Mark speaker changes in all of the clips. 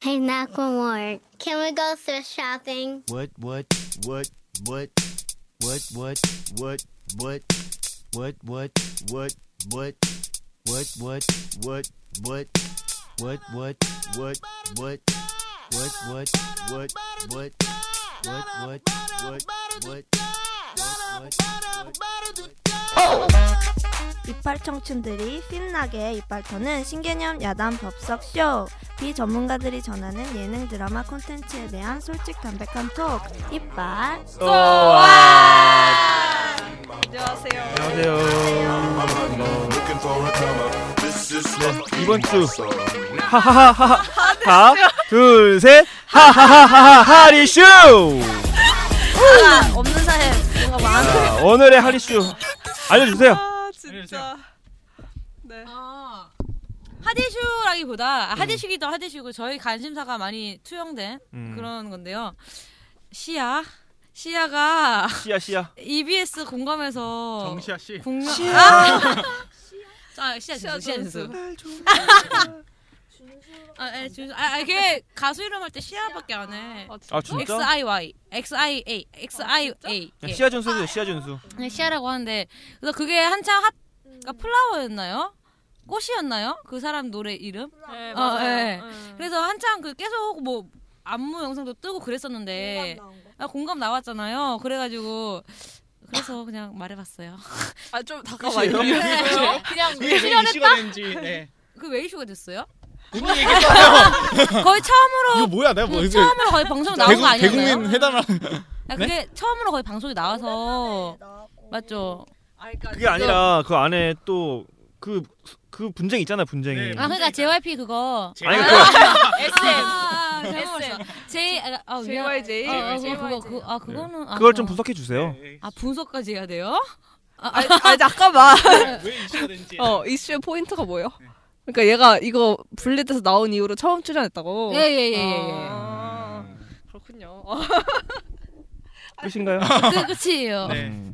Speaker 1: Hey, Nakamura, can we go thrift shopping?
Speaker 2: What, what, what, what, what, what, what, what, what, what, what, what, what, what, what, what, what, what, what, what, what, what, what, what, what, what, what, what, what, what, what,
Speaker 3: 이빨 청춘들이 신나게 이빨 터는 신개념 야단 법석 쇼. 비전문가들이 전하는 예능 드라마 콘텐츠에 대한 솔직 담백한 톡. 이빨.
Speaker 4: 안녕하세요.
Speaker 5: Looking for a comer. This is
Speaker 4: 네, 이번 주 하하하하 하나 둘셋 하하하하 하리쇼
Speaker 3: 없는 사연 뭔가 많아.
Speaker 4: 자, 오늘의 하리쇼 알려주세요.
Speaker 6: 아 진짜. 네.
Speaker 7: 아, 하대슈라기보다
Speaker 8: 음.
Speaker 7: 아, 하대슈기도 하대슈고 저희 관심사가 많이 투영된
Speaker 4: 음,
Speaker 7: 그런 건데요. 시야 시야가
Speaker 4: 시야 시야
Speaker 7: EBS 공감에서
Speaker 8: 정시아 씨.
Speaker 7: 공감 시야 아, 시야 준수 시야 준수 아, 예, 준수 아, 아, 그게 가수 이름 할 때 시야밖에 안
Speaker 3: 어,
Speaker 7: 해.
Speaker 6: 아, 진짜?
Speaker 4: 아 진짜?
Speaker 7: X I Y X I A X I A
Speaker 6: 아,
Speaker 7: 예.
Speaker 4: 야, 시야 전수죠 시야 전수.
Speaker 7: 네, 시아라고 하는데 그래서 그게 한창 핫 그러니까 플라워였나요? 꽃이었나요? 그 사람 노래 이름?
Speaker 6: 네,
Speaker 7: 어,
Speaker 6: 맞아요.
Speaker 7: 예.
Speaker 6: 음.
Speaker 7: 그래서 한창 그 계속 뭐 안무 영상도 뜨고 그랬었는데 아, 공감 나왔잖아요. 그래가지고 그래서 그냥 말해봤어요.
Speaker 6: 아, 좀 다가와요. 네. 그냥
Speaker 8: 이게 이슈가 된지. 네.
Speaker 7: 그왜 이슈가 됐어요?
Speaker 8: 본인 얘기했어요.
Speaker 9: 이거
Speaker 7: 거의 처음으로
Speaker 9: 뭐야 내가 뭐
Speaker 7: 음,
Speaker 9: 이거
Speaker 7: 처음으로 거의 방송에 나온 거
Speaker 9: 대국,
Speaker 7: 아니었나요?
Speaker 9: 대국민 회담을
Speaker 7: 아, 그게 처음으로 거의 방송에 나와서 맞죠?
Speaker 6: 아, 그러니까
Speaker 4: 그게 아니라 그 안에 또 그 그 분쟁 있잖아 분쟁이.
Speaker 8: 네.
Speaker 7: 아 그러니까 JYP 그거
Speaker 4: 아니 그
Speaker 7: 아, 아, 잘못 봤어. J 아, 아, 미안.
Speaker 6: JYJ.
Speaker 7: 아, 아,
Speaker 6: JYJ.
Speaker 7: 그거 그거 그, 아 그거는 아,
Speaker 4: 네. 그걸 좀
Speaker 7: 그거.
Speaker 4: 분석해
Speaker 8: 네,
Speaker 4: 주세요.
Speaker 7: 아 분석까지 해야 돼요?
Speaker 6: 아, 아, 잠깐만.
Speaker 8: 왜 이슈가 된지.
Speaker 6: 어, 이슈의 포인트가 뭐예요? 그러니까 얘가 이거 분리돼서 나온 이후로 처음 출연했다고.
Speaker 7: 예 예 예예. 예,
Speaker 6: 아, 그렇군요.
Speaker 4: 끝인가요?
Speaker 7: 그 끝이에요.
Speaker 8: 네.
Speaker 4: 음.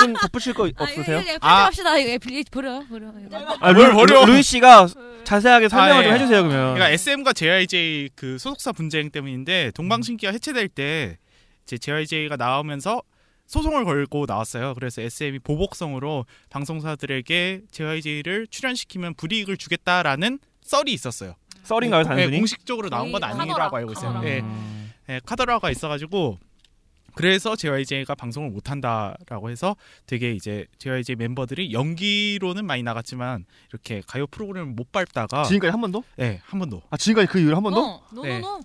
Speaker 4: 좀 덧붙일 거 없으세요?
Speaker 7: 아, 합시다 이거 빌리 버려 버려. 이거.
Speaker 4: 아,
Speaker 9: 뭘
Speaker 4: 루-
Speaker 9: 버려?
Speaker 4: 루- 루이 씨가 자세하게 설명을
Speaker 8: 아,
Speaker 4: 좀
Speaker 8: 예.
Speaker 4: 해주세요 그러면.
Speaker 8: 그러니까 SM과 JIJ 그 소속사 분쟁 때문인데 동방신기가 해체될 때 이제 JIJ가 나오면서 소송을 걸고 나왔어요. 그래서 SM이 보복성으로 방송사들에게 JIJ를 출연시키면 불이익을 주겠다라는 썰이 있었어요.
Speaker 4: 썰인가요
Speaker 8: 네,
Speaker 4: 단순히?
Speaker 8: 공식적으로 나온 건
Speaker 7: 거의
Speaker 8: 아니라고
Speaker 7: 카더라,
Speaker 8: 알고 있어요.
Speaker 7: 카더라.
Speaker 8: 네.
Speaker 4: 음.
Speaker 8: 네, 카더라가 있어가지고 그래서 JYJ가 방송을 못한다라고 해서 되게 이제 JYJ 멤버들이 연기로는 많이 나갔지만 이렇게 가요 프로그램을 못
Speaker 4: 아.
Speaker 8: 밟다가
Speaker 9: 지금까지 한 번 더?
Speaker 8: 네, 한 번도
Speaker 9: 아 지금까지 그 이후로 한 번 더?
Speaker 7: 어,
Speaker 8: 네.
Speaker 7: 노노노.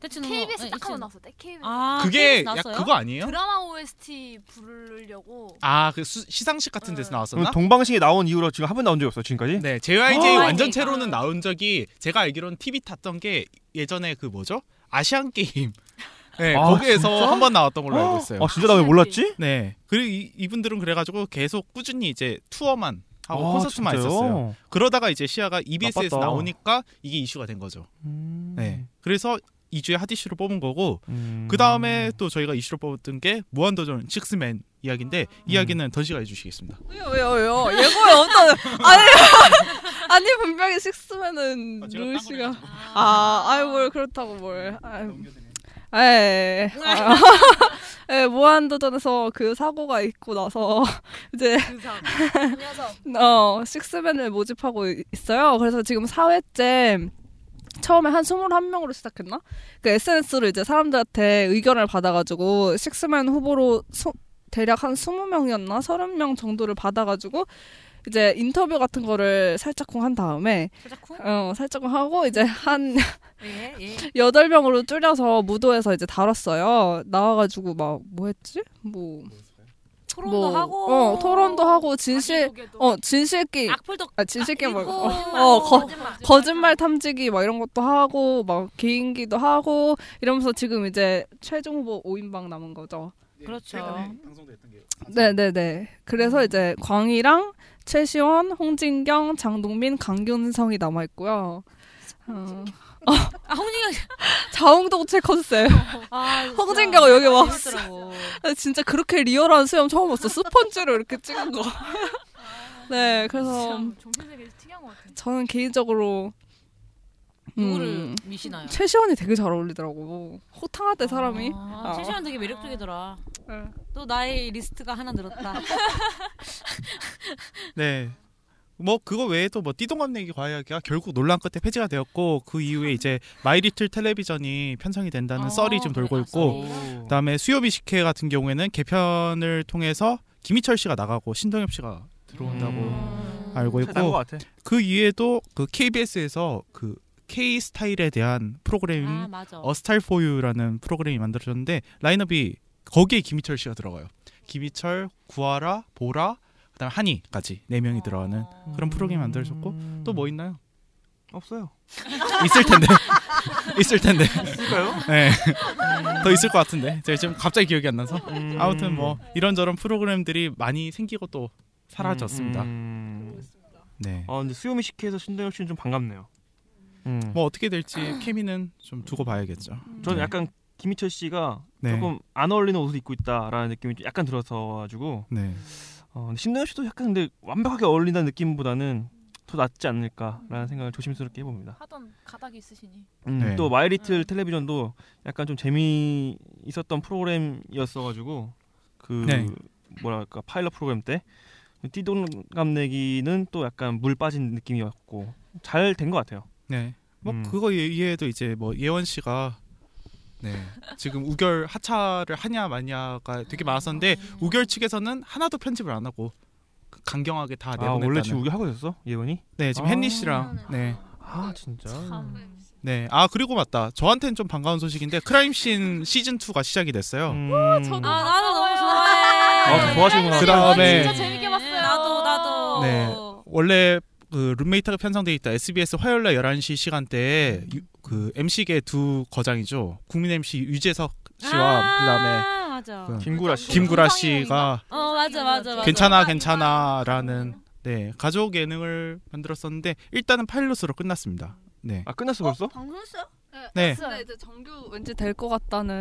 Speaker 7: 대체 노노.
Speaker 10: KBS 딱
Speaker 7: 예,
Speaker 10: 한 번
Speaker 7: 있어요.
Speaker 10: 나왔을 때 KBS
Speaker 7: 아
Speaker 8: 그게
Speaker 7: KBS
Speaker 8: 약
Speaker 7: 나왔어요?
Speaker 8: 그거 아니에요?
Speaker 10: 드라마 OST 부르려고
Speaker 8: 아, 그 수- 시상식 같은 데서
Speaker 4: 그럼
Speaker 8: 나왔었나?
Speaker 4: 동방신기 나온 이후로 지금 한 번 나온 적이 없어 지금까지?
Speaker 8: 아. 네, JYJ
Speaker 4: 어,
Speaker 8: 완전체로는 나온 적이 제가 알기로는 TV 탔던 게 예전에 그 뭐죠? 아시안 게임. 네,
Speaker 4: 아,
Speaker 8: 거기에서 한 번 나왔던 걸로 알고 있어요.
Speaker 4: 아 진짜 나 왜 몰랐지?
Speaker 8: 네. 그리고 이, 이분들은 그래가지고 계속 꾸준히 이제 투어만 하고
Speaker 4: 아,
Speaker 8: 콘서트만
Speaker 4: 진짜요?
Speaker 8: 했었어요. 그러다가 이제 시아가 E EBS에서
Speaker 4: 나빴다.
Speaker 8: 나오니까 이게 이슈가 된 거죠.
Speaker 4: 음.
Speaker 8: 네. 그래서 2주에 하디슈를 뽑은 거고
Speaker 4: 음.
Speaker 8: 그 다음에 또 저희가 이슈로 뽑았던 게 무한도전 식스맨 이야기인데
Speaker 4: 음.
Speaker 8: 이야기는 던시가 해주시겠습니다.
Speaker 6: 왜요, 왜요, 왜요? 예고에 없던. 아니, 아니 분명히 식스맨은 루시가. 아, 아이 뭘 그렇다고 뭘. 아이, 에, 아, 에 무한도전에서 그 사고가 있고 나서 이제 어 식스맨을 모집하고 이- 있어요. 그래서 지금 4회째 처음에 한 21명으로 시작했나? 그 SNS로 이제 사람들한테 의견을 받아가지고 식스맨 후보로 소- 대략 한 20명이었나 30명 정도를 받아가지고 이제 인터뷰 같은 거를 살짝쿵 한 다음에
Speaker 7: 살짝 쿵?
Speaker 6: 어 살짝쿵 하고 이제 한
Speaker 7: 예, 예.
Speaker 6: 여덟 명으로 줄여서 무도에서 이제 다뤘어요. 나와가지고 막 뭐했지? 뭐
Speaker 7: 토론도
Speaker 6: 뭐,
Speaker 7: 하고
Speaker 6: 어 토론도 하고 진실 어 진실기
Speaker 7: 악플도
Speaker 6: 아 진실기
Speaker 7: 읽고
Speaker 6: 말고 어, 어 거, 거짓말 탐지기 막 이런 것도 하고 막 개인기도 하고 이러면서 지금 이제 최종 후보 5인방 남은 거죠.
Speaker 7: 그렇죠.
Speaker 8: 방송됐던 게.
Speaker 6: 네네네. 그래서 이제 광희랑 최시원, 홍진경, 장동민, 강균성이 남아 있고요. 어,
Speaker 7: 아 홍진경 씨.
Speaker 6: 자웅동체 컨셉.
Speaker 7: 아 진짜
Speaker 6: 홍진경 여기 와.
Speaker 7: 재밌더라고.
Speaker 6: 아, 진짜 그렇게 리얼한 수염 처음 봤어. 스펀지로 이렇게 찍은 거. 네, 그래서
Speaker 10: 정신세계에서 특이한 것 같아요.
Speaker 6: 저는 개인적으로
Speaker 7: 누구를
Speaker 6: 음.
Speaker 7: 미시나요?
Speaker 6: 최시원이 되게 잘 어울리더라고. 호탕하대 사람이.
Speaker 7: 아,
Speaker 6: 어.
Speaker 7: 최시환 되게 매력적이더라.
Speaker 6: 응.
Speaker 7: 또 나의 리스트가 하나 늘었다.
Speaker 8: 네. 뭐 그거 외에도 뭐 띠동갑 내기 과외하기가 결국 논란 끝에 폐지가 되었고 그 이후에 이제 마이리틀 텔레비전이 편성이 된다는
Speaker 7: 어,
Speaker 8: 썰이 좀 돌고
Speaker 7: 그래, 아,
Speaker 8: 있고
Speaker 7: 썰이.
Speaker 8: 그다음에 수요비 식회 같은 경우에는 개편을 통해서 김희철 씨가 나가고 신동엽 씨가 들어온다고
Speaker 4: 음.
Speaker 8: 알고
Speaker 4: 잘난것
Speaker 8: 뭐 있고
Speaker 4: 같아.
Speaker 8: 그 이외에도 그 KBS에서 그 K 스타일에 대한 프로그램
Speaker 7: 아 맞아.
Speaker 8: 음. 어스타일 포유라는 프로그램이 만들어졌는데 라인업이 거기에 김희철 씨가 들어가요. 김희철, 구하라, 보라, 그다음 한이까지 네 명이 들어가는 그런 프로그램이 만들어졌고 또 뭐 있나요?
Speaker 4: 없어요.
Speaker 8: 있을 텐데 있을 텐데
Speaker 4: 있을까요?
Speaker 8: 네. 더 있을 것 같은데 제가 지금 갑자기 기억이 안 나서
Speaker 4: 음.
Speaker 8: 아무튼 뭐 이런저런 프로그램들이 많이 생기고 또 사라졌습니다.
Speaker 4: 음, 음.
Speaker 8: 네.
Speaker 4: 아 근데 수요미 식회에서 신동엽 씨는 좀 반갑네요. 음.
Speaker 8: 뭐 어떻게 될지 케미는 좀 두고 봐야겠죠.
Speaker 4: 저는
Speaker 8: 네.
Speaker 4: 약간 김희철 씨가
Speaker 8: 네.
Speaker 4: 조금 안 어울리는 옷을 입고 있다라는 느낌이 좀 약간 들어서 가지고
Speaker 8: 네.
Speaker 4: 어, 근데 신동엽 씨도 약간 근데 완벽하게 어울린다는 느낌보다는 더 낫지 않을까라는 생각을 조심스럽게 해봅니다.
Speaker 10: 하던 가닥이 있으시니.
Speaker 8: 네.
Speaker 4: 또 마이리틀
Speaker 10: 음.
Speaker 4: 텔레비전도 약간 좀 재미 있었던 프로그램이었어 가지고 그
Speaker 8: 네.
Speaker 4: 뭐랄까 파일럿 프로그램 때 띠동감 내기는 또 약간 물 빠진 느낌이었고 잘 된 것 같아요.
Speaker 8: 네. 뭐
Speaker 4: 음.
Speaker 8: 그거 예- 이외에도 이제 뭐 예원 씨가 네. 지금 우결 하차를 하냐 마냐가 되게 많았었는데 우결 측에서는 하나도 편집을 안 하고 그 강경하게
Speaker 4: 아
Speaker 8: 다 내보냈다는.
Speaker 4: 원래 지금 우기 하고 있었어 예원이?
Speaker 8: 네, 지금
Speaker 4: 아.
Speaker 8: 헨리 씨랑 네.
Speaker 4: 아 진짜.
Speaker 10: 참.
Speaker 8: 네. 아, 그리고 맞다. 저한테는 좀 반가운 소식인데 크라임씬 시즌 2가 시작이 됐어요.
Speaker 4: 음.
Speaker 10: 저도
Speaker 7: 아 나도 너무
Speaker 4: 아, 저
Speaker 7: 좋아해. 네.
Speaker 4: 좋아하시구나.
Speaker 8: 그 다음에
Speaker 10: 진짜 재밌게 봤어요.
Speaker 7: 나도 나도.
Speaker 8: 네. 원래 그 룸메이트가 편성돼 있다 SBS 화요일 날 11시 시간대에 유- 그 MC계 두 거장이죠. 국민 MC 유재석 씨와 그다음에
Speaker 7: 아, 맞아.
Speaker 8: 그
Speaker 4: 김구라 씨.
Speaker 8: 김구라
Speaker 10: 김상현인가?
Speaker 8: 씨가
Speaker 7: 어 맞아 맞아 맞아.
Speaker 8: 괜찮아 괜찮아라는 네 가족 예능을 만들었었는데 일단은 파일럿으로 끝났습니다. 네,
Speaker 4: 아 끝났어 벌써?
Speaker 3: 방송했어요?
Speaker 8: 네.
Speaker 10: 근데 이제 정규
Speaker 6: 왠지 될 것 같다는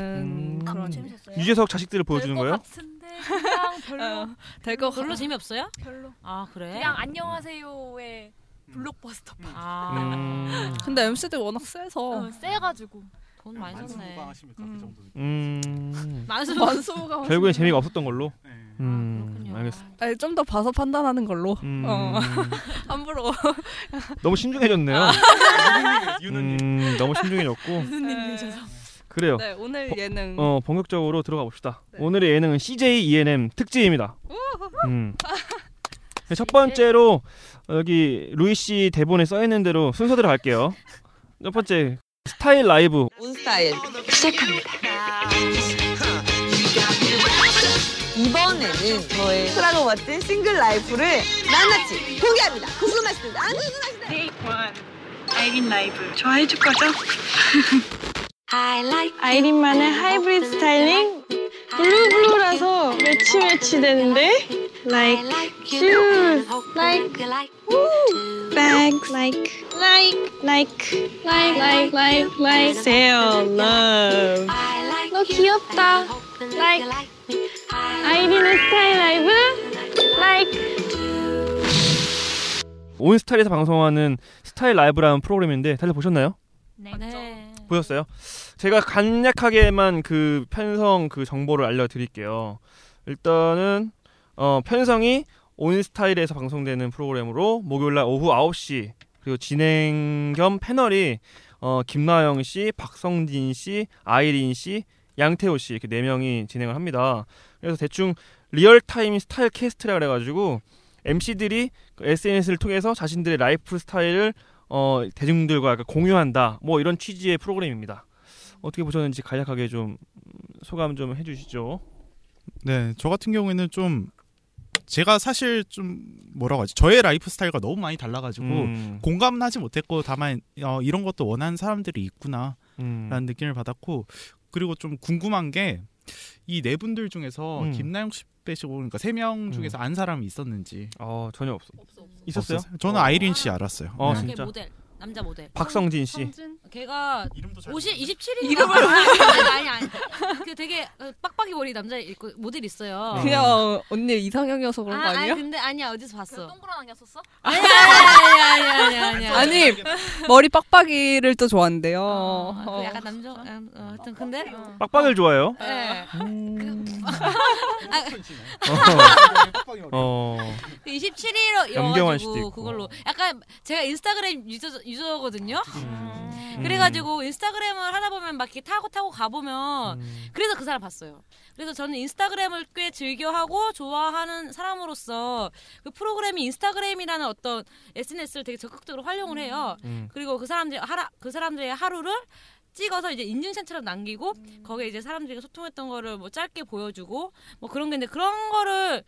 Speaker 4: 음.
Speaker 10: 아,
Speaker 6: 그런.
Speaker 3: 재밌었어요?
Speaker 4: 유재석 자식들을 보여주는 거예요?
Speaker 10: 같은데 그냥 별로
Speaker 6: 될것
Speaker 7: 별로 재미없어요?
Speaker 10: 별로.
Speaker 7: 아 그래?
Speaker 10: 그냥 안녕하세요의 블록버스터판.
Speaker 7: 아,
Speaker 4: 음.
Speaker 6: 근데 MC들 워낙 세서
Speaker 10: 어, 세가지고.
Speaker 7: 돈 많이 썼네.
Speaker 6: 음.
Speaker 4: 음.
Speaker 7: 만수
Speaker 6: 만수가
Speaker 4: 결국엔 재미가 없었던 걸로. 음.
Speaker 7: 그렇군요.
Speaker 4: 알겠어.
Speaker 6: 좀 더 봐서 판단하는 걸로.
Speaker 4: 음.
Speaker 6: 어. 함부로.
Speaker 4: 너무 신중해졌네요. 음, 너무 신중해졌고
Speaker 10: 눈님이셔서.
Speaker 4: 그래요.
Speaker 6: 네 오늘 예능.
Speaker 4: 어 본격적으로 들어가 봅시다. 오늘의 예능은 CJ ENM 특집입니다. 음. 첫 번째로 여기 루이 씨 대본에 써 있는 대로 순서대로 갈게요. 첫 번째 스타일 라이브
Speaker 9: 온스타일 시작합니다. 이번에는 저의 프라로 멋진 싱글 라이프를 낱낱이 공개합니다. 궁금하십니다. 안 궁금하십니다. 아이린 라이브 좋아해 줄 거죠? 아이린만의 하이브리드 스타일링 블루블루라서 매치 매치 되는데 like shoes like bags like like like like like like sell love 너 귀엽다 like 아이린의 스타일 라이브 like
Speaker 4: 온스타일에서 방송하는 스타일 라이브라는 프로그램인데 다들 보셨나요?
Speaker 7: 네.
Speaker 4: 보셨어요? 제가 간략하게만 그 편성 그 정보를 알려드릴게요. 일단은 어, 편성이 온스타일에서 방송되는 프로그램으로 목요일날 오후 9시 그리고 진행 겸 패널이 어, 김나영 씨, 박성진 씨, 아이린 씨, 양태호 씨 이렇게 네 명이 진행을 합니다. 그래서 대충 리얼타임 스타일 캐스트라 그래가지고 MC들이 SNS를 통해서 자신들의 라이프 스타일을 어, 대중들과 약간 공유한다. 뭐 이런 취지의 프로그램입니다. 어떻게 보셨는지 간략하게 좀 소감 좀 해주시죠.
Speaker 8: 네, 저 같은 경우에는 좀 제가 사실 좀 뭐라고 하지 저의 라이프 스타일과 너무 많이 달라가지고
Speaker 4: 음,
Speaker 8: 공감하지 못했고 다만 어, 이런 것도 원하는 사람들이 있구나
Speaker 4: 음.
Speaker 8: 라는 느낌을 받았고 그리고 좀 궁금한 게 이 네 분들 중에서
Speaker 4: 음.
Speaker 8: 김나영 씨 빼시고 그러니까 세 명 중에서 안 사람이 있었는지
Speaker 4: 어 전혀 없어. 있었어요?
Speaker 8: 없었어요. 저는 아이린 씨 알았어요.
Speaker 4: 어,
Speaker 8: 네.
Speaker 4: 진짜?
Speaker 7: 모델 남자 모델.
Speaker 4: 박성진 씨.
Speaker 7: 걔가 50, 27인
Speaker 6: 이름을
Speaker 7: 아니 아니 아니. 그 되게 어, 빡빡이 머리 남자 있고 모델 있어요.
Speaker 6: 그냥 어, 언니 이상형이어서 그런 거
Speaker 7: 아,
Speaker 6: 아니야?
Speaker 7: 아니, 근데 아니야 어디서 봤어? 동그란 안경썼어?
Speaker 6: 아니
Speaker 7: 아니 아니 아니 아니.
Speaker 6: 아니 머리 빡빡이를 또 좋아한대요.
Speaker 7: 그 약간 남자 어, 하여튼 근데 어.
Speaker 4: 빡빡이를 좋아해요?
Speaker 7: 예.
Speaker 4: 어. 어.
Speaker 7: 27일로
Speaker 4: 염경환 씨도 있고.
Speaker 7: 이어가지고 그걸로 약간 제가 인스타그램 유저, 유저거든요.
Speaker 4: 음.
Speaker 7: 음. 그래가지고 인스타그램을 하다 보면 막 이렇게 타고 타고 가보면 그래서 그 사람 봤어요. 그래서 저는 인스타그램을 꽤 즐겨하고 좋아하는 사람으로서 그 프로그램이 인스타그램이라는 어떤 SNS를 되게 적극적으로 활용을 해요.
Speaker 11: 음.
Speaker 7: 그리고 그 사람들 하라 그 사람들의 하루를 찍어서 이제 인증샷처럼 남기고 거기에 이제 사람들이 소통했던 거를 뭐 짧게 보여주고 뭐 그런 게 있는데 그런 거를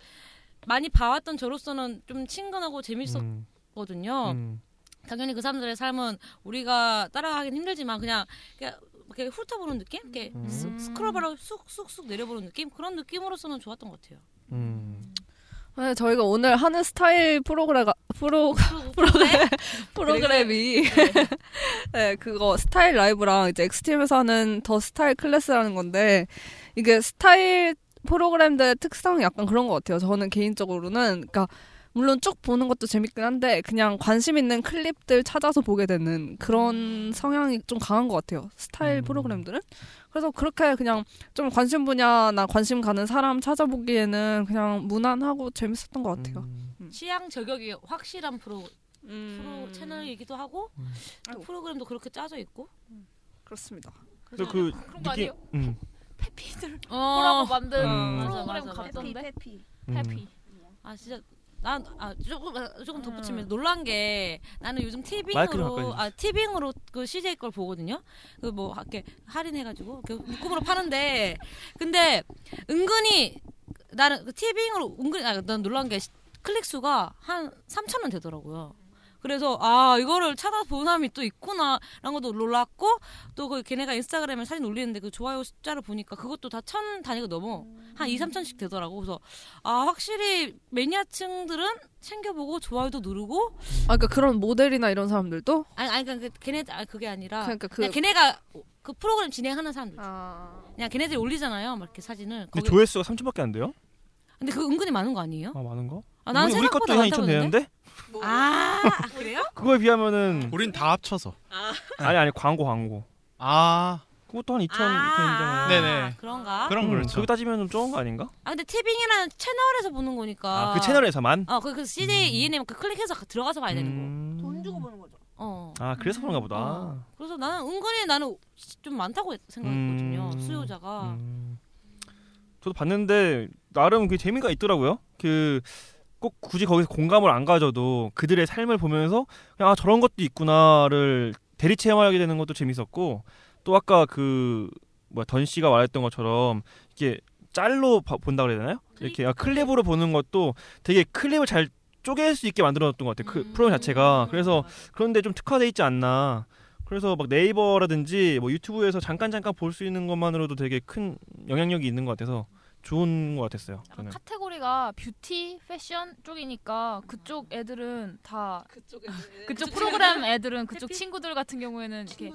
Speaker 7: 많이 봐왔던 저로서는 좀 친근하고
Speaker 4: 음.
Speaker 7: 재밌었거든요. 당연히 그 사람들의 삶은 우리가 따라가긴 힘들지만 그냥 그냥 이렇게 훑어보는 느낌, 이렇게 스- 스크롤바로 쑥쑥쑥 내려보는 느낌 그런 느낌으로서는 좋았던 것 같아요.
Speaker 4: 음.
Speaker 6: 네, 저희가 오늘 하는 스타일 프로그램 프로 프로그램 프로그램이 네 그거 스타일 라이브랑 이제 엑스팀에서 하는 더 스타일 클래스라는 건데 이게 스타일 프로그램들의 특성이 약간 그런 것 같아요. 저는 개인적으로는 그러니까 물론 쭉 보는 것도 재밌긴 한데 그냥 관심 있는 클립들 찾아서 보게 되는 그런 성향이 좀 강한 것 같아요. 스타일 프로그램들은 그래서 그렇게 그냥 좀 관심 분야나 관심 가는 사람 찾아보기에는 그냥 무난하고 재밌었던 것 같아요.
Speaker 4: 음.
Speaker 7: 취향 저격이 확실한 프로
Speaker 6: 음.
Speaker 10: 음.
Speaker 7: 프로 채널이기도 하고 또 프로그램도 그렇게 짜져 있고
Speaker 6: 그렇습니다.
Speaker 4: 그래서
Speaker 10: 그런
Speaker 4: 그
Speaker 10: 거
Speaker 4: 느낌
Speaker 10: 아니에요?
Speaker 4: 음.
Speaker 10: 패피들 보라고 만든
Speaker 4: 음.
Speaker 10: 프로그램
Speaker 7: 맞아, 맞아.
Speaker 10: 같던데.
Speaker 7: 해피,
Speaker 4: 음.
Speaker 10: 해피.
Speaker 7: 아 진짜 난 아, 조금 아, 조금 덧붙이면 놀란 게 나는 요즘
Speaker 4: 마이크를 가까이
Speaker 7: 티빙으로 아 티빙으로 그 CJ 걸 보거든요. 그 뭐 이렇게 할인해가지고 그 묶음으로 파는데 근데 은근히 나는 그 티빙으로 은근히 아, 난 놀란 게 시- 클릭 수가 한 3천 원 되더라고요. 그래서 아 이거를 찾아본 사람이 또 있구나라는 것도 놀랐고 또 그 걔네가 인스타그램에 사진 올리는데 그 좋아요 숫자를 보니까 그것도 다 천 단위가 넘어 한 2, 3천씩 되더라고 그래서 아 확실히 매니아층들은 챙겨보고 좋아요도 누르고
Speaker 6: 아 그러니까 그런 모델이나 이런 사람들도
Speaker 7: 아니 아니 그러니까 그 걔네 아 그게 아니라
Speaker 6: 그러니까 아. 그-
Speaker 7: 냥 걔네가 그 프로그램 진행하는 사람들 그냥 걔네들이 올리잖아요 막 이렇게 사진을
Speaker 4: 근데
Speaker 7: 거기-
Speaker 4: 조회수가 3천밖에 안 돼요?
Speaker 7: 근데 그거 은근히 많은 거 아니에요?
Speaker 4: 아 많은 거?
Speaker 7: 아, 난
Speaker 4: 우리, 우리 것도
Speaker 7: 생각보다
Speaker 4: 한
Speaker 7: 많다고
Speaker 4: 2천 되는데?
Speaker 7: 아 아, 그래요?
Speaker 4: 그거에 비하면은
Speaker 8: 우린 다 합쳐서
Speaker 4: 아니 아니 광고 광고
Speaker 8: 아
Speaker 4: 그것도 한 2천 이렇게 되잖아요
Speaker 8: 네네
Speaker 7: 그런가?
Speaker 8: 그런 그렇죠.
Speaker 4: 그렇게 따지면 좀 적은 거 아닌가?
Speaker 7: 아 근데 티빙이라는 채널에서 보는 거니까
Speaker 4: 아, 그 채널에서만? 음.
Speaker 7: 어그 그 CJ ENM 그 클릭해서 들어가서 봐야 되는 거
Speaker 4: 돈
Speaker 7: 주고 보는 거죠 어
Speaker 4: 음. 아 그래서 그런가 보다
Speaker 7: 어. 그래서 나는 은근히 나는 좀 많다고
Speaker 4: 음.
Speaker 7: 생각했거든요 수요자가
Speaker 4: 저도 봤는데 나름 그 재미가 있더라고요. 그 꼭 굳이 거기서 공감을 안 가져도 그들의 삶을 보면서 그냥 아 저런 것도 있구나를 대리 체험하게 되는 것도 재밌었고 또 아까 그, 그뭐던 씨가 말했던 것처럼 이게 짤로 봐- 본다 그래야 되나요? 이렇게 아, 클립으로 보는 것도 되게 클립을 잘 쪼갤 수 있게 만들어놨던 것 같아요. 그
Speaker 7: 음.
Speaker 4: 프로그램 자체가 그래서 그런데 좀 특화돼 있지 않나. 그래서 막 네이버라든지 뭐 유튜브에서 잠깐 잠깐 볼 수 있는 것만으로도 되게 큰 영향력이 있는 것 같아서 좋은 것 같았어요.
Speaker 7: 아,
Speaker 4: 저는.
Speaker 10: 카테고리가 뷰티, 패션 쪽이니까 그쪽 애들은 다 그쪽 프로그램 애들은 그쪽 친구들 같은 경우에는 이렇게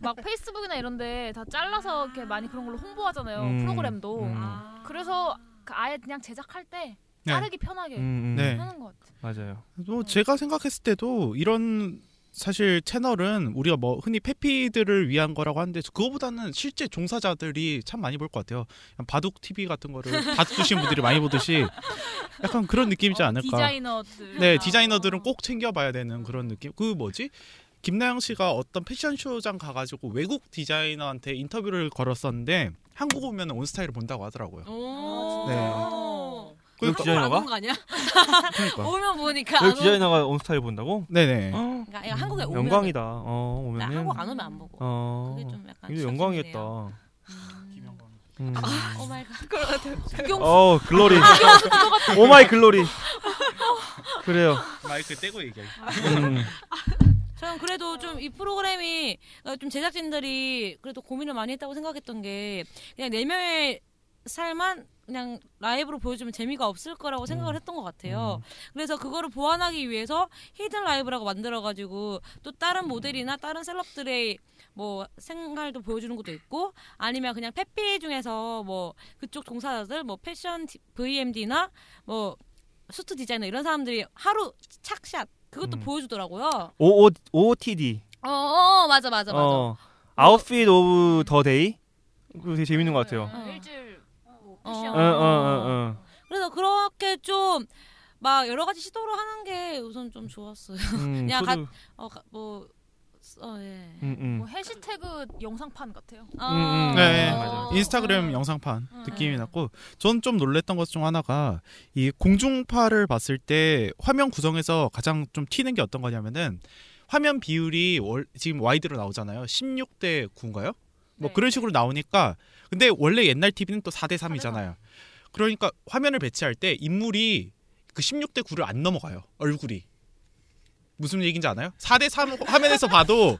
Speaker 10: 막 페이스북이나 이런데 다 잘라서 이렇게 많이 그런 걸로 홍보하잖아요
Speaker 4: 음,
Speaker 10: 프로그램도
Speaker 4: 음.
Speaker 7: 아,
Speaker 10: 그래서 그 아예 그냥 제작할 때
Speaker 8: 네.
Speaker 10: 자르기 편하게
Speaker 4: 음, 음.
Speaker 8: 네.
Speaker 10: 하는 것 같아.
Speaker 4: 맞아요.
Speaker 8: 뭐 제가 생각했을 때도 이런 사실 채널은 우리가 뭐 흔히 페피들을 위한 거라고 하는데 그거보다는 실제 종사자들이 참 많이 볼 것 같아요. 그냥 바둑 TV 같은 거를 봐주신 분들이 많이 보듯이 약간 그런
Speaker 6: 어,
Speaker 8: 느낌이지 않을까.
Speaker 10: 디자이너들.
Speaker 8: 네, 디자이너들은 꼭 챙겨봐야 되는 그런 느낌. 그 뭐지? 김나영 씨가 어떤 패션쇼장 가가지고 외국 디자이너한테 인터뷰를 걸었었는데 한국 오면 온스타일을 본다고 하더라고요.
Speaker 7: 어? 아,
Speaker 4: 네.
Speaker 8: 네.
Speaker 7: 한국 아, 안
Speaker 8: 디자이너가?
Speaker 7: 온거 아니야?
Speaker 8: 그러니까.
Speaker 7: 오면 보니까 안
Speaker 4: 여기
Speaker 7: 오-
Speaker 4: 디자이너가 온 스타일 본다고? 아,
Speaker 8: 네네.
Speaker 4: 어?
Speaker 7: 그러니까 이거 한국에 오면
Speaker 4: 영광이다. 어, 오면은.
Speaker 7: 나 한국 안 오면 안 보고.
Speaker 4: 어.
Speaker 7: 그게 좀 약간
Speaker 4: 이거 영광이겠다.
Speaker 7: 아,
Speaker 4: 음.
Speaker 7: 오 마이 갓.
Speaker 6: 그럴 것 같아요.
Speaker 4: 어, 글로리.
Speaker 7: 아,
Speaker 4: 오 마이 글로리. 그래요.
Speaker 8: 마이크 떼고 얘기해.
Speaker 4: 음.
Speaker 7: 저는 그래도 좀 이 프로그램이 어, 좀 제작진들이 그래도 고민을 많이 했다고 생각했던 게 그냥 네 명의 살만 그냥 라이브로 보여주면 재미가 없을 거라고 생각을 했던 것 같아요. 그래서 그거를 보완하기 위해서 히든 라이브라고 만들어가지고 또 다른 모델이나 다른 셀럽들의 뭐 생활도 보여주는 것도 있고 아니면 그냥 페피 중에서 뭐 그쪽 종사자들 뭐 패션 디- VMD나 뭐 수트 디자이너 이런 사람들이 하루 착샷 그것도 보여주더라고요.
Speaker 4: O O OOTD.
Speaker 7: 어, 어 맞아 맞아 맞아.
Speaker 4: 어. 아웃핏 오브 더 데이. 그거 되게 재밌는 것 같아요.
Speaker 10: 네. 일주일 뭐
Speaker 7: 어.
Speaker 4: 어, 어, 어, 어.
Speaker 7: 그래서 그렇게 좀 막 여러 가지 시도를 하는 게 우선 좀 좋았어요.
Speaker 4: 음,
Speaker 7: 그냥
Speaker 4: 저도-
Speaker 7: 가어뭐 어, 예.
Speaker 4: 음, 음.
Speaker 10: 뭐 해시태그 영상판 같아요.
Speaker 7: 아.
Speaker 8: 네,
Speaker 10: 맞아요.
Speaker 8: 인스타그램
Speaker 7: 어.
Speaker 8: 영상판 느낌이 났고 전 좀 놀랬던 것 중 하나가 이 공중파를 봤을 때 화면 구성에서 가장 좀 튀는 게 어떤 거냐면은 화면 비율이 월- 지금 와이드로 나오잖아요 16대 9인가요? 뭐 그런 식으로 나오니까 근데 원래 옛날 TV는 또 4대 3이잖아요 그러니까 화면을 배치할 때 인물이 그 16대 9를 안 넘어가요 얼굴이 무슨 얘기인지 아나요? 4대 3 화면에서 봐도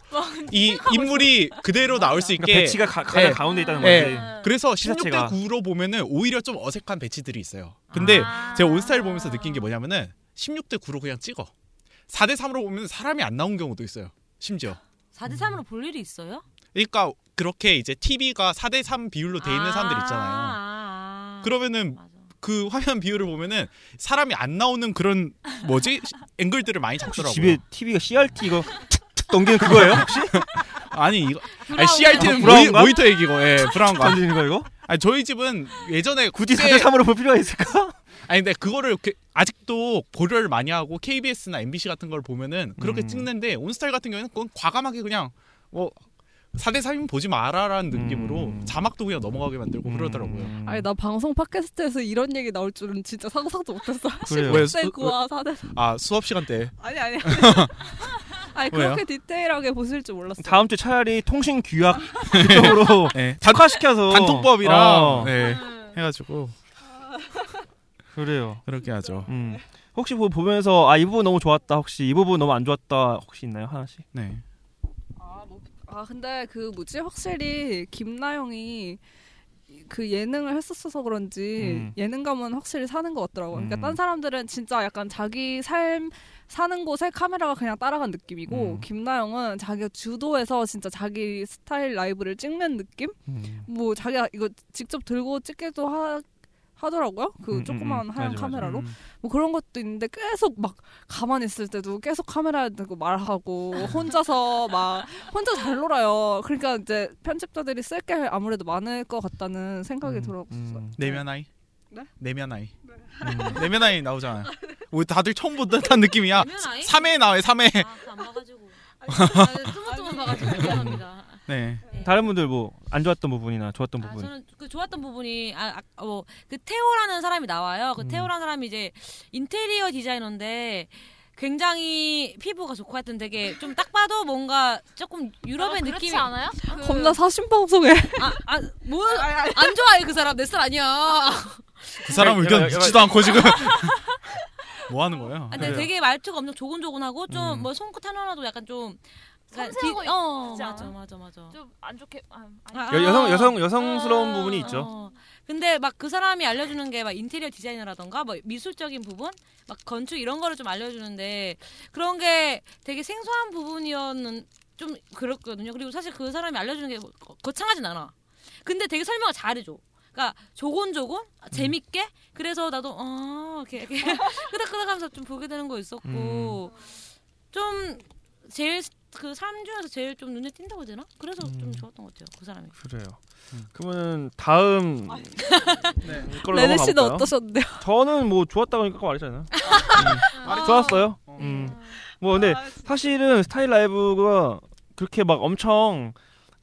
Speaker 8: 이 인물이 그대로 나올 수 있게 네.
Speaker 4: 그러니까 배치가 가- 가장 가운데 있다는 거지.
Speaker 10: 음.
Speaker 8: 그래서
Speaker 4: 자체가.
Speaker 8: 16대 9로 보면은 오히려 좀 어색한 배치들이 있어요. 근데
Speaker 4: 아.
Speaker 10: 아.
Speaker 8: 제가 온스타일 보면서 느낀 게 뭐냐면은 16대 9로 그냥 찍어. 4대 3으로 보면 사람이 안 나온 경우도 있어요. 심지어.
Speaker 7: 4대 3으로 볼 일이 있어요?
Speaker 8: 그러니까 그렇게 이제 TV가 4대 3 비율로 돼 있는 사람들 있잖아요.
Speaker 7: 아, 아.
Speaker 8: 그러면은 그 화면 비율을 보면은 사람이 안 나오는 그런 뭐지 앵글들을 많이 잡더라고요. 네.
Speaker 4: 집에 TV가 CRT 이거 툭툭 넘기는 그거예요 혹시?
Speaker 8: 아니 이거
Speaker 7: 브라운.
Speaker 8: 아니, CRT는
Speaker 4: 브라운가?
Speaker 8: 모니, 모니터 얘기고 예 브라운 거.
Speaker 4: 던지는 거 이거?
Speaker 8: 아니 저희 집은 예전에
Speaker 4: 굳이
Speaker 8: 국제-
Speaker 4: 4대 3으로 볼 필요가 있을까?
Speaker 8: 아니 근데 그거를 이렇게 아직도 고려를 많이 하고 KBS나 MBC 같은 걸 보면은 그렇게 찍는데 온스타일 같은 경우에는 그건 과감하게 그냥 뭐 4대 3이면 보지 마라라는 느낌으로 자막도 그냥 넘어가게 만들고
Speaker 4: 음.
Speaker 8: 그러더라고요.
Speaker 6: 아니 나 방송 팟캐스트에서 이런 얘기 나올 줄은 진짜 상상도 못했어.
Speaker 7: 뭐
Speaker 4: 그래요.
Speaker 7: 네,
Speaker 8: 왜?
Speaker 6: 10대
Speaker 4: 어.
Speaker 6: 9와 4대
Speaker 8: 아 수업 시간 때
Speaker 6: 아니 아니. 아니 그렇게
Speaker 8: 왜요?
Speaker 6: 디테일하게 보실 줄 몰랐어.
Speaker 4: 다음 주 차라리 통신 규약 쪽으로
Speaker 8: 네.
Speaker 4: 특화시켜서
Speaker 8: 단통법이랑
Speaker 4: 어,
Speaker 8: 네,
Speaker 7: 음.
Speaker 8: 해가지고
Speaker 4: 그래요.
Speaker 8: 그렇게 하죠.
Speaker 4: 음. 혹시 뭐 보면서 아 이 부분 너무 좋았다 혹시 이 부분 너무 안 좋았다 혹시 있나요 하나씩?
Speaker 8: 네.
Speaker 6: 아 근데 그 뭐지 확실히 김나영이 그 예능을 했었어서 그런지
Speaker 4: 음.
Speaker 6: 예능감은 확실히 사는 것 같더라고요. 그러니까
Speaker 4: 음.
Speaker 6: 딴 사람들은 진짜 약간 자기 삶 사는 곳에 카메라가 그냥 따라간 느낌이고
Speaker 4: 음.
Speaker 6: 김나영은 자기가 주도해서 진짜 자기 스타일 라이브를 찍는 느낌?
Speaker 4: 음.
Speaker 6: 뭐 자기가 이거 직접 들고 찍기도 하, 하더라고요. 그
Speaker 4: 음, 음,
Speaker 6: 조그만
Speaker 4: 음. 맞아,
Speaker 6: 하얀
Speaker 4: 맞아.
Speaker 6: 카메라로. 뭐 그런 것도 있는데 계속 막 가만히 있을 때도 계속 카메라에 대고 말하고 혼자서 막 혼자 잘 놀아요. 그러니까 이제 편집자들이 쓸 게 아무래도 많을 것 같다는 생각이
Speaker 4: 음,
Speaker 6: 들었어요.
Speaker 4: 음.
Speaker 8: 내면 아이.
Speaker 6: 네?
Speaker 8: 내면 아이.
Speaker 4: 음.
Speaker 8: 내면 아이 나오잖아요. 우리 다들 처음 본 듯한 느낌이야.
Speaker 7: 내면 아이?
Speaker 8: 3회 나와요. 3회.
Speaker 7: 아, 그거 안 봐가지고. 아, 뜨문뜨문 봐가지고 미안합니다.
Speaker 8: 네.
Speaker 4: 다른 분들 뭐 안 좋았던 부분이나 좋았던
Speaker 7: 아,
Speaker 4: 부분.
Speaker 7: 저는 그 좋았던 부분이 아, 아, 뭐, 그 테오라는 사람이 나와요. 그
Speaker 4: 음.
Speaker 7: 테오라는 사람이 이제 인테리어 디자이너인데 굉장히 피부가 좋고 하여튼 되게 좀 딱 봐도 뭔가 조금 유럽의
Speaker 10: 그렇지
Speaker 7: 느낌이
Speaker 10: 않아요? 그
Speaker 6: 겁나 사신 방송에
Speaker 7: 아, 아, 뭐안 좋아해 그 사람 내 스타일 아니야.
Speaker 8: 그 사람
Speaker 4: 야, 야,
Speaker 8: 의견
Speaker 4: 야,
Speaker 8: 묻지도 않고 지금 뭐 하는 거예요?
Speaker 7: 아, 근데
Speaker 4: 그래요.
Speaker 7: 되게 말투가 엄청 조곤조곤하고 좀
Speaker 4: 음.
Speaker 7: 뭐 손끝 하나라도 약간 좀 그러니까
Speaker 10: 섬세하고
Speaker 7: 디- 어,
Speaker 10: 있지
Speaker 7: 맞아
Speaker 10: 않아?
Speaker 7: 맞아 맞아.
Speaker 10: 좀안 좋게 아, 아니.
Speaker 7: 아,
Speaker 4: 여, 여성 여성
Speaker 7: 아,
Speaker 4: 여성스러운 부분이 있죠.
Speaker 7: 어. 근데 막 그 사람이 알려주는 게 막 인테리어 디자이너라던가 뭐 미술적인 부분, 막 건축 이런 거를 좀 알려주는데 그런 게 되게 생소한 부분이었는 좀 그렇거든요. 그리고 사실 그 사람이 알려주는 게 뭐 거- 거창하진 않아. 근데 되게 설명을 잘해줘. 그러니까 조곤조곤
Speaker 4: 음.
Speaker 7: 아, 재밌게 그래서 나도 어 이렇게 이렇게 끄덕끄덕하면서 좀 보게 되는 거
Speaker 4: 음.
Speaker 7: 있었고 좀 제일 그 사람 중에서 제일 좀 눈에 띈다고 해야 되나? 그래서
Speaker 4: 음.
Speaker 7: 좀 좋았던 것 같아요. 그 사람이.
Speaker 4: 그래요. 음. 그러면 다음 걸로
Speaker 6: 아. 레네 씨는
Speaker 4: 넘어가볼까요?
Speaker 6: 어떠셨는데요?
Speaker 4: 저는 뭐 좋았다고 아까 말했잖아요.
Speaker 6: 아.
Speaker 4: 음. 좋았어요. 음. 뭐 근데
Speaker 10: 아, 그
Speaker 4: 사실은 스타일 라이브가 그렇게 막 엄청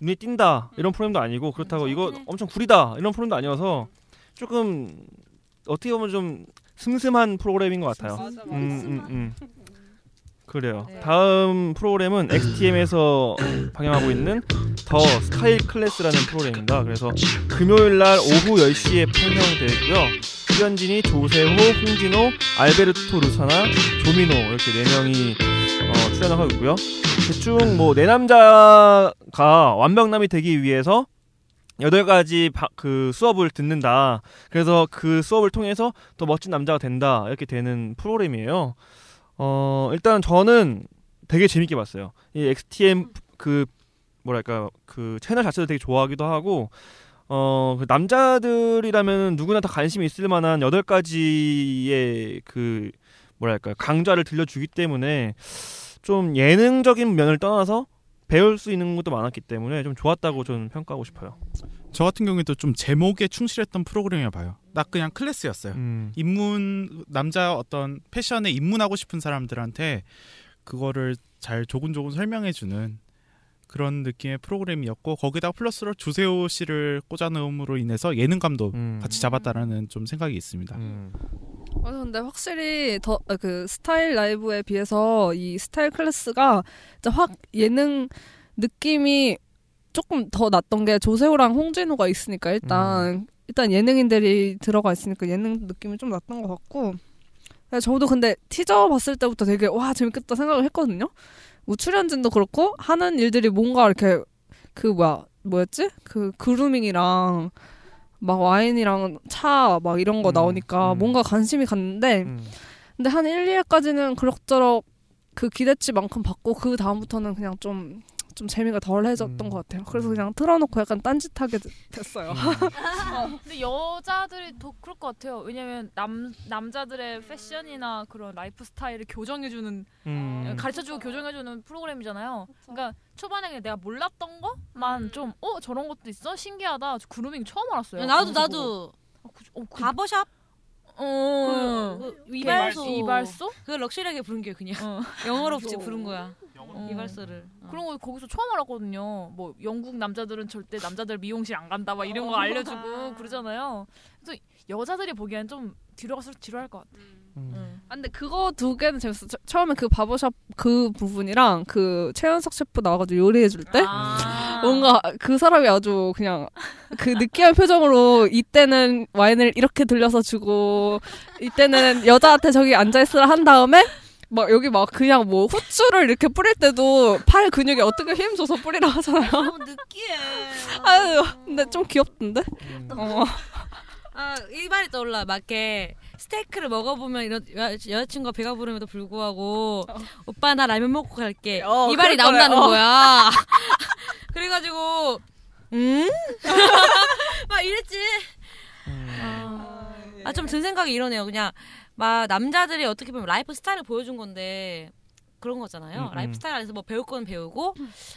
Speaker 4: 눈에 띈다 이런 프로그램도 아니고 음. 그렇다고 이거
Speaker 7: 그렇긴 해.
Speaker 4: 엄청 구리다 이런 프로그램도 아니어서 조금 어떻게 보면 좀 슴슴한 프로그램인 것 같아요. 네. 음, 음, 음. 그래요. 다음 프로그램은 XTM에서 방영하고 있는 더 스타일 클래스라는 프로그램입니다. 그래서 금요일 날 오후 10시에 방영되고요. 출연진이 조세호, 홍진호, 알베르토 루사나, 조민호 이렇게 네 명이 어, 출연을 하고 네 있고요. 대충 뭐 내 남자가 완벽남이 되기 위해서 여덟 가지 바- 그 수업을 듣는다. 그래서 그 수업을 통해서 더 멋진 남자가 된다. 이렇게 되는 프로그램이에요. 어, 일단 저는 되게 재밌게 봤어요. 이 XTM 그 뭐랄까 그 채널 자체도 되게 좋아하기도 하고 어, 그 남자들이라면 누구나 다 관심이 있을 만한 여덟 가지의 그 뭐랄까 강좌를 들려주기 때문에 좀 예능적인 면을 떠나서 배울 수 있는 것도 많았기 때문에 좀 좋았다고 저는 평가하고 싶어요.
Speaker 8: 저 같은 경우에도 좀 제목에 충실했던 프로그램이라 봐요. 딱 그냥
Speaker 4: 네.
Speaker 8: 클래스였어요. 입문 남자 어떤 패션에 입문하고 싶은 사람들한테 그거를 잘 조근조근 설명해주는 그런 느낌의 프로그램이었고 거기다 플러스로 주세호 씨를 꽂아넣음으로 음. 인해서 예능감도 같이 잡았다라는 좀 생각이 있습니다.
Speaker 6: 맞아, 어, 근데 확실히 더 그 스타일 라이브에 비해서 이 스타일 클래스가 진짜 확 예능 느낌이 조금 더 났던 게 조세호랑 홍진호가 있으니까 일단 일단 예능인들이 들어가 있으니까 예능 느낌이 좀 났던 것 같고 근데 저도 근데 티저 봤을 때부터 되게 와 재밌겠다 생각을 했거든요. 뭐 출연진도 그렇고 하는 일들이 뭔가 이렇게 그 뭐야 뭐였지 그 그루밍이랑 막 와인이랑 차 막 이런 거 나오니까 뭔가 관심이 갔는데
Speaker 4: 음.
Speaker 6: 근데 한 1, 2회까지는 그럭저럭 그 기대치만큼 받고 그 다음부터는 그냥 좀 좀 재미가 덜해졌던 것 같아요. 그래서 그냥 틀어놓고 약간 딴짓하게 되- 됐어요.
Speaker 10: 근데 여자들이 더 그럴 것 같아요. 왜냐면 남 남자들의 패션이나 그런 라이프 스타일을 교정해주는 예,
Speaker 4: 음.
Speaker 10: 아, 가르쳐주고 교정해주는 프로그램이잖아요. 그러니까 초반에 그냥 내가 몰랐던 것만
Speaker 7: 음.
Speaker 10: 좀 어 저런 것도 있어 신기하다. 저 그루밍 처음 알았어요.
Speaker 7: 네, 나도
Speaker 10: 그래서
Speaker 7: 나도 그 바버샵
Speaker 10: 어.
Speaker 7: 그, 그 이발소
Speaker 10: 이발소?
Speaker 7: 그 럭셔리하게 부른 게 그냥 영어로 붙이 부른 거야
Speaker 10: 어.
Speaker 7: 이발소를
Speaker 10: 그런 거 거기서 처음 알았거든요. 뭐 영국 남자들은 절대 남자들 미용실 안 간다 막 이런 거
Speaker 7: 어.
Speaker 10: 알려주고 그러잖아요. 그래서 여자들이 보기엔 좀 뒤로 갈수록 지루할 것 음. 같아.
Speaker 7: 음.
Speaker 6: 아, 근데 그거 두 개는 재밌어. 처, 처음에 그 바보샵 그 부분이랑 그 최연석 셰프 나와가지고 요리해줄 때
Speaker 7: 아.
Speaker 6: 뭔가 그 사람이 아주 그냥 그 느끼한 표정으로 이때는 와인을 이렇게 들려서 주고 이때는 여자한테 저기 앉아있으라 한 다음에 막 여기 막 그냥 뭐 후추를 이렇게 뿌릴 때도 팔 근육에 어떻게 힘줘서 뿌리라 하잖아요. 너무
Speaker 7: 어,
Speaker 6: 느끼해. 아유, 근데 좀 귀엽던데? 어.
Speaker 7: 아 일반이 떠올라 맞게 스테이크를 먹어보면 이런 여- 여자친구가 배가 부르면도 불구하고
Speaker 10: 어.
Speaker 7: 오빠 나 라면 먹고 갈게
Speaker 6: 어,
Speaker 7: 이발이
Speaker 6: 그럴 거래.
Speaker 7: 나온다는
Speaker 6: 어.
Speaker 7: 거야 그래가지고 음막 이랬지 아 좀 든 생각이 이러네요 그냥 막 남자들이 어떻게 보면 라이프 스타일을 보여준 건데 그런 거잖아요
Speaker 10: 음, 음.
Speaker 7: 라이프 스타일 안에서 뭐 배울 건 배우고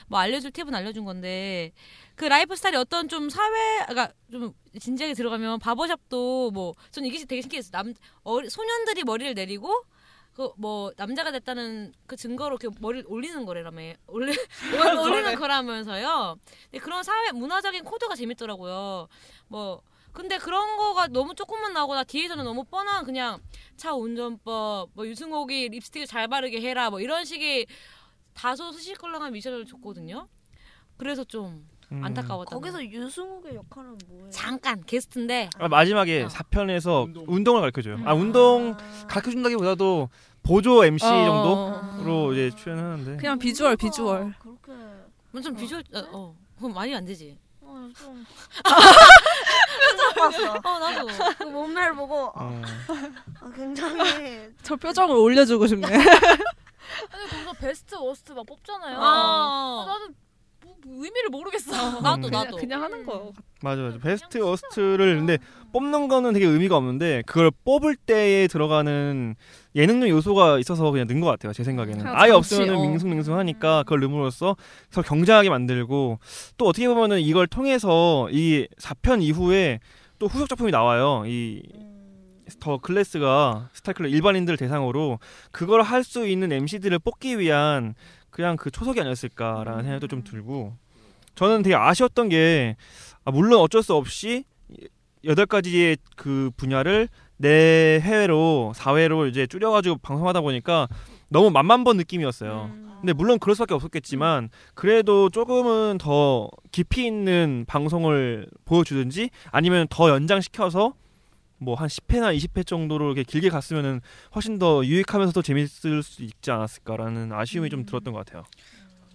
Speaker 7: 뭐 알려줄 팁은 알려준 건데 그 라이프 스타일이 어떤 좀 사회 그러니까 좀 진지하게 들어가면 바버샵도 뭐 저는 이게 되게 신기했어요. 남 어리, 소년들이 머리를 내리고 그 뭐 남자가 됐다는 그 증거로 이렇게 머리를 올리는 거래라며 올리 올리는 거라면서요. 근데 그런 사회 문화적인 코드가 재밌더라고요. 뭐 근데 그런 거가 너무 조금만 나오거나 뒤에서는 너무 뻔한 그냥 차 운전법 뭐 유승욱이 립스틱을 잘 바르게 해라 뭐 이런 식의 다소 수시껄렁한 미션을 줬거든요. 그래서 좀
Speaker 4: 음.
Speaker 7: 안타까웠다.
Speaker 11: 거기서 유승욱의 역할은 뭐예요?
Speaker 7: 잠깐 게스트인데
Speaker 4: 아, 마지막에 사 4편에서 운동. 을 가르쳐줘요. 아 운동 가르쳐준다기보다도 보조 MC
Speaker 6: 어.
Speaker 4: 정도로 이제 출연하는데
Speaker 6: 그냥 비주얼,
Speaker 11: 아,
Speaker 6: 비주얼.
Speaker 7: 뭐좀 비주얼 어, 어. 그럼 많이 안 되지.
Speaker 11: 어, 좀 아,
Speaker 7: 봤어. 어 나도.
Speaker 11: 그 몸매를 보고
Speaker 4: 어.
Speaker 11: 아, 굉장히
Speaker 6: 저 표정을 올려주고 싶네.
Speaker 10: 근데 거기서 베스트 워스트 막 뽑잖아요.
Speaker 7: 아.
Speaker 10: 아, 나는 뭐, 뭐 의미를 모르겠어.
Speaker 7: 나도
Speaker 4: 그냥-
Speaker 7: 나도.
Speaker 6: 그냥 하는 거.
Speaker 4: 맞아 맞아 베스트 워스트를 근데 뽑는 거는 되게 의미가 없는데 그걸 뽑을 때에 들어가는 예능적 요소가 있어서 그냥 는 것 같아요 제 생각에는
Speaker 2: 그냥
Speaker 4: 아예
Speaker 2: 잠시,
Speaker 4: 없으면
Speaker 2: 어.
Speaker 4: 밍숭밍숭하니까 그걸 넣음으로써 서로 경쟁하게 만들고 또 어떻게 보면은 이걸 통해서 이 4편 이후에 또 후속 작품이 나와요 이 더 클래스가 스타클럽 일반인들 대상으로 그걸 할 수 있는 MC들을 뽑기 위한 그냥 그 초석이 아니었을까라는 생각도 좀 들고 저는 되게 아쉬웠던 게 아, 물론 어쩔 수 없이 여덟 가지의 그 분야를 내 해외로 4회로 이제 줄여가지고 방송하다 보니까 너무 만만 본 느낌이었어요. 근데 물론 그럴 수밖에 없었겠지만 그래도 조금은 더 깊이 있는 방송을 보여주든지 아니면 더 연장시켜서 뭐 한 10회나 20회 정도로 이렇게 길게 갔으면은 훨씬 더 유익하면서도 재밌을 수 있지 않았을까라는 아쉬움이 좀 들었던 것 같아요.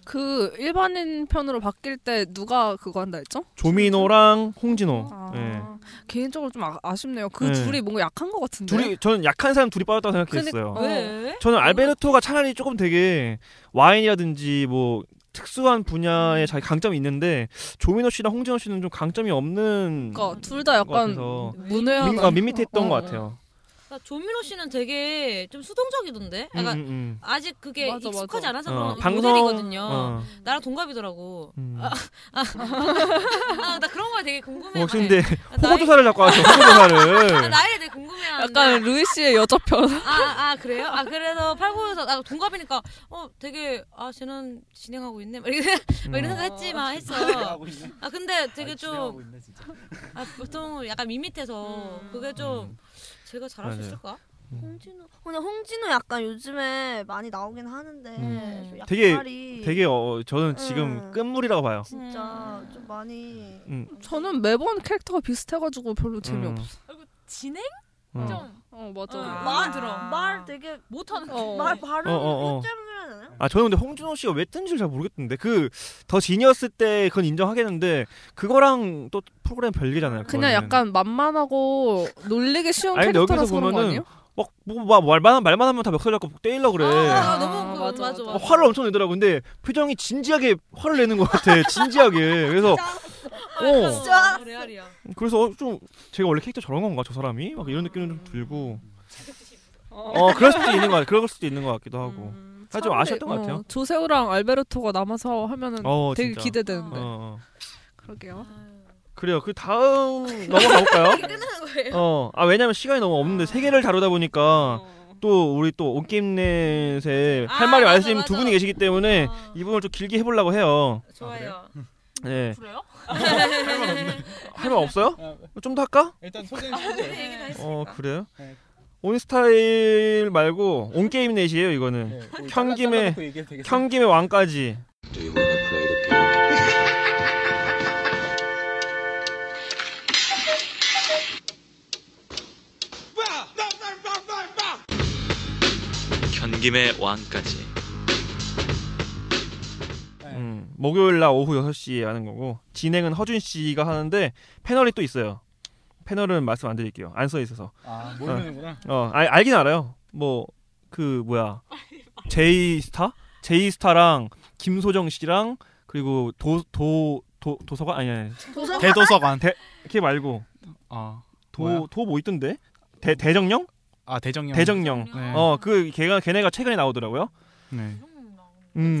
Speaker 6: 그 일반인 편으로 바뀔 때 누가 그거 한다 했죠?
Speaker 4: 조민호랑 홍진호.
Speaker 6: 아,
Speaker 4: 예.
Speaker 6: 개인적으로 좀 아, 쉽네요그
Speaker 4: 네.
Speaker 6: 둘이 뭔가 약한 것 같은데.
Speaker 4: 둘이 저는 약한 사람 둘이 빠졌다고 생각했어요.
Speaker 6: 그러니까, 왜?
Speaker 4: 저는 알베르토가 차라리 조금 되게 와인이라든지 뭐 특수한 분야에 자기 강점이 있는데 조민호 씨랑 홍진호 씨는 좀 강점이 없는
Speaker 6: 그러니까 둘 다
Speaker 4: 것
Speaker 6: 약간
Speaker 4: 같아서
Speaker 6: 문외한
Speaker 4: 민- 어, 밋밋했던 것 같아요.
Speaker 7: 나 그러니까 조민호 씨는 되게 좀 수동적이던데. 약간
Speaker 4: 음, 음.
Speaker 7: 아직 그게 익숙하지 않아서
Speaker 4: 어,
Speaker 7: 그런
Speaker 4: 방송-
Speaker 7: 모델이거든요.
Speaker 4: 어. 음.
Speaker 7: 나랑 동갑이더라고. 아, 아, 아, 나 그런 거 되게 궁금해.
Speaker 4: 어, 근데
Speaker 7: 아, 나이-
Speaker 4: 호구조사를 자꾸 하죠. 호구조사를.
Speaker 7: 아, 나이를 되게 궁금해.
Speaker 6: 약간 루이 씨의 여자 편.
Speaker 7: 아, 아 그래요? 아 그래서 팔고에서 아 동갑이니까 어 되게 아 쟤는 진행하고 있네 막 이런 막 이런
Speaker 6: 음.
Speaker 7: 생각했지만 했어.
Speaker 6: 진행하고 있네.
Speaker 7: 아 근데 되게
Speaker 6: 아, 진행하고
Speaker 7: 좀 아, 보통 약간 밋밋해서 그게 좀
Speaker 4: 음.
Speaker 7: 제가 잘할 수
Speaker 4: 맞아요.
Speaker 7: 있을까?
Speaker 11: 홍진호. 근데 홍진호 약간 요즘에 많이 나오긴 하는데
Speaker 4: 음.
Speaker 11: 좀
Speaker 4: 되게
Speaker 11: 약발이
Speaker 4: 되게 어, 저는 지금
Speaker 11: 음.
Speaker 4: 끝물이라고 봐요.
Speaker 11: 진짜 좀 많이
Speaker 4: 음.
Speaker 6: 저는 매번 캐릭터가 비슷해가지고 별로 재미없어.
Speaker 7: 진행?
Speaker 4: 어.
Speaker 10: 좀.
Speaker 6: 어 맞아.
Speaker 11: 말 들어. 말 되게
Speaker 10: 못하는
Speaker 11: 말 발음
Speaker 4: 어, 어, 어.
Speaker 11: 때문에 나요?
Speaker 4: 아 저는 근데 홍준호 씨가 왜 뜬지를 잘 모르겠던데 그 더 지니어스 때 그건 인정하겠는데 그거랑 또 프로그램 별개잖아요.
Speaker 6: 그냥 약간 만만하고 놀리기 쉬운
Speaker 4: 네. 아니 근데 여기서
Speaker 6: 캐릭터라서 그런 거
Speaker 4: 보면은
Speaker 6: 아니에요? 아,
Speaker 4: 막뭐 말만 말만 하면 다 멱살 잡고 때리려 그래.
Speaker 7: 너무 그, 맞아, 맞아.
Speaker 4: 어, 화를 엄청 내더라고. 근데 표정이 진지하게 화를 내는 것 같아. 진지하게. 그래서 어.
Speaker 7: 진짜 레알이야.
Speaker 4: 그래서 어, 좀 제가 원래 캐릭터 저런 건가 저 사람이 막 이런 느낌은 좀 들고. 어 그럴 수도 있는 것 같아. 그럴 수도 있는 것 같기도 하고. 아, 좀
Speaker 6: 차라리,
Speaker 4: 아쉬웠던 것
Speaker 6: 어,
Speaker 4: 같아요.
Speaker 6: 조세호랑 알베르토가 남아서 하면은
Speaker 4: 어,
Speaker 6: 되게
Speaker 4: 진짜.
Speaker 6: 기대되는데.
Speaker 4: 어, 어.
Speaker 6: 그러게요.
Speaker 4: 그래요. 그 다음 넘어가 볼까요?
Speaker 6: 끝나는 거예요?
Speaker 4: 어. 아 왜냐면 시간이 너무 없는데 세 개를 다루다 보니까
Speaker 6: 어.
Speaker 4: 또 우리 또 온게임넷에 할 말이
Speaker 6: 아,
Speaker 4: 많으신 두 분이 계시기 때문에 이 부분을 좀 길게 해보려고 해요.
Speaker 7: 좋아요.
Speaker 4: 네.
Speaker 7: 그래요?
Speaker 4: 할 말 없어요? 좀 더 할까?
Speaker 8: 일단 소재는 소재.
Speaker 7: 얘기 다 했어.
Speaker 4: 어 그래요?
Speaker 8: 네.
Speaker 4: 온스타일 말고 온게임넷이에요 이거는.
Speaker 8: 우리 네, 뭐 잘라-
Speaker 4: 켠김의
Speaker 8: 잘라놓고 얘기해도 되겠어요?
Speaker 4: 켠김의 왕까지.
Speaker 12: 견김의 왕까지
Speaker 4: 음, 목요일 날 오후 6시에 하는 거고 진행은 허준 씨가 하는데 패널이 또 있어요. 패널은 말씀 안 드릴게요. 안 써 있어서.
Speaker 8: 아, 모르는구나.
Speaker 4: 어, 어, 알, 알긴 알아요. 뭐 그 뭐야 제이스타, 제이스타랑 김소정 씨랑 그리고 도 도 도, 도서관 아니 아니
Speaker 8: 도서관?
Speaker 4: 대도서관 대 걔 말고
Speaker 8: 아, 뭐야?
Speaker 4: 도도 뭐 있던데 대 대정령?
Speaker 8: 아, 대정령.
Speaker 4: 대정령.
Speaker 8: 네.
Speaker 4: 어 그 걔가 걔네가 최근에 나오더라고요.
Speaker 8: 네.
Speaker 4: 음.